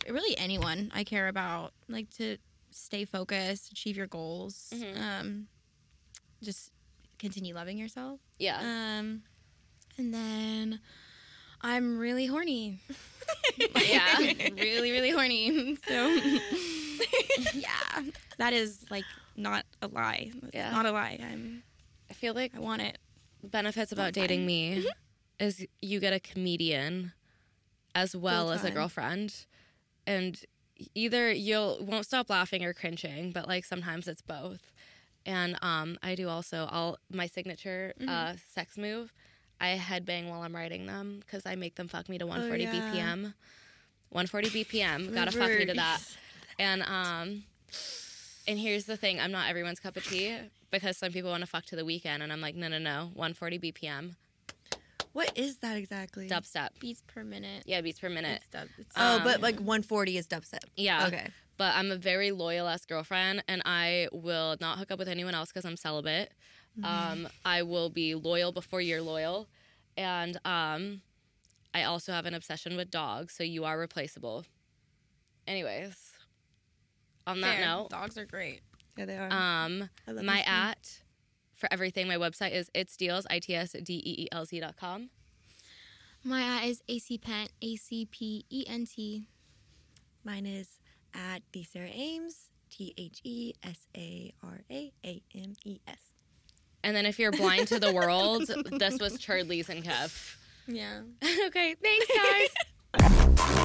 Speaker 7: really anyone I care about like to stay focused, achieve your goals.
Speaker 1: Mhm.
Speaker 7: Um just continue loving yourself.
Speaker 1: Yeah.
Speaker 7: Um and then I'm really horny.
Speaker 1: Yeah.
Speaker 7: really really horny. So yeah. That is like not a lie. It's
Speaker 1: Yeah.
Speaker 7: Not a lie. I'm
Speaker 1: I feel like
Speaker 7: I want it.
Speaker 1: the benefits about
Speaker 7: I'm
Speaker 1: dating
Speaker 7: fine.
Speaker 1: me
Speaker 5: Mm-hmm.
Speaker 1: is you get a comedian as well as a
Speaker 5: Full-time.
Speaker 1: girlfriend. And either you'll won't stop laughing or cringing, but like sometimes it's both. And um, I do also all my signature uh, sex move. I headbang while I'm writing them because I make them fuck me to 140
Speaker 5: yeah.
Speaker 1: BPM. 140 BPM, gotta fuck me to that.
Speaker 5: Reverse.
Speaker 1: And um, and here's the thing: I'm not everyone's cup of tea because some people want to fuck to the weekend, and I'm like, no, no, no, 140 BPM,
Speaker 5: What is that exactly?
Speaker 1: dubstep.
Speaker 7: beats per minute.
Speaker 1: Yeah, beats per minute.
Speaker 7: It's dub- it's
Speaker 5: Oh,
Speaker 1: Um,
Speaker 5: but like 140 is dubstep.
Speaker 1: Yeah.
Speaker 5: Okay.
Speaker 1: But I'm a very loyal ass girlfriend, and I will not hook up with anyone else because I'm celibate. Um, I will be loyal before you're loyal, and um, I also have an obsession with dogs, so you are replaceable. Anyways, on that
Speaker 7: fair.
Speaker 1: note,
Speaker 7: dogs are great.
Speaker 5: Yeah, they are.
Speaker 1: um.
Speaker 5: I love
Speaker 1: my
Speaker 5: these things.
Speaker 1: at for everything. My website is it's deals, I T S D E E L Z dot com.
Speaker 7: My eye is AC Pent, A C P E N T.
Speaker 5: Mine is at the Sarah Ames. T H E S A R A A M E S.
Speaker 1: And then if you're blind to the world, this was Churdley's and Kev.
Speaker 7: Yeah.
Speaker 1: okay, thanks guys.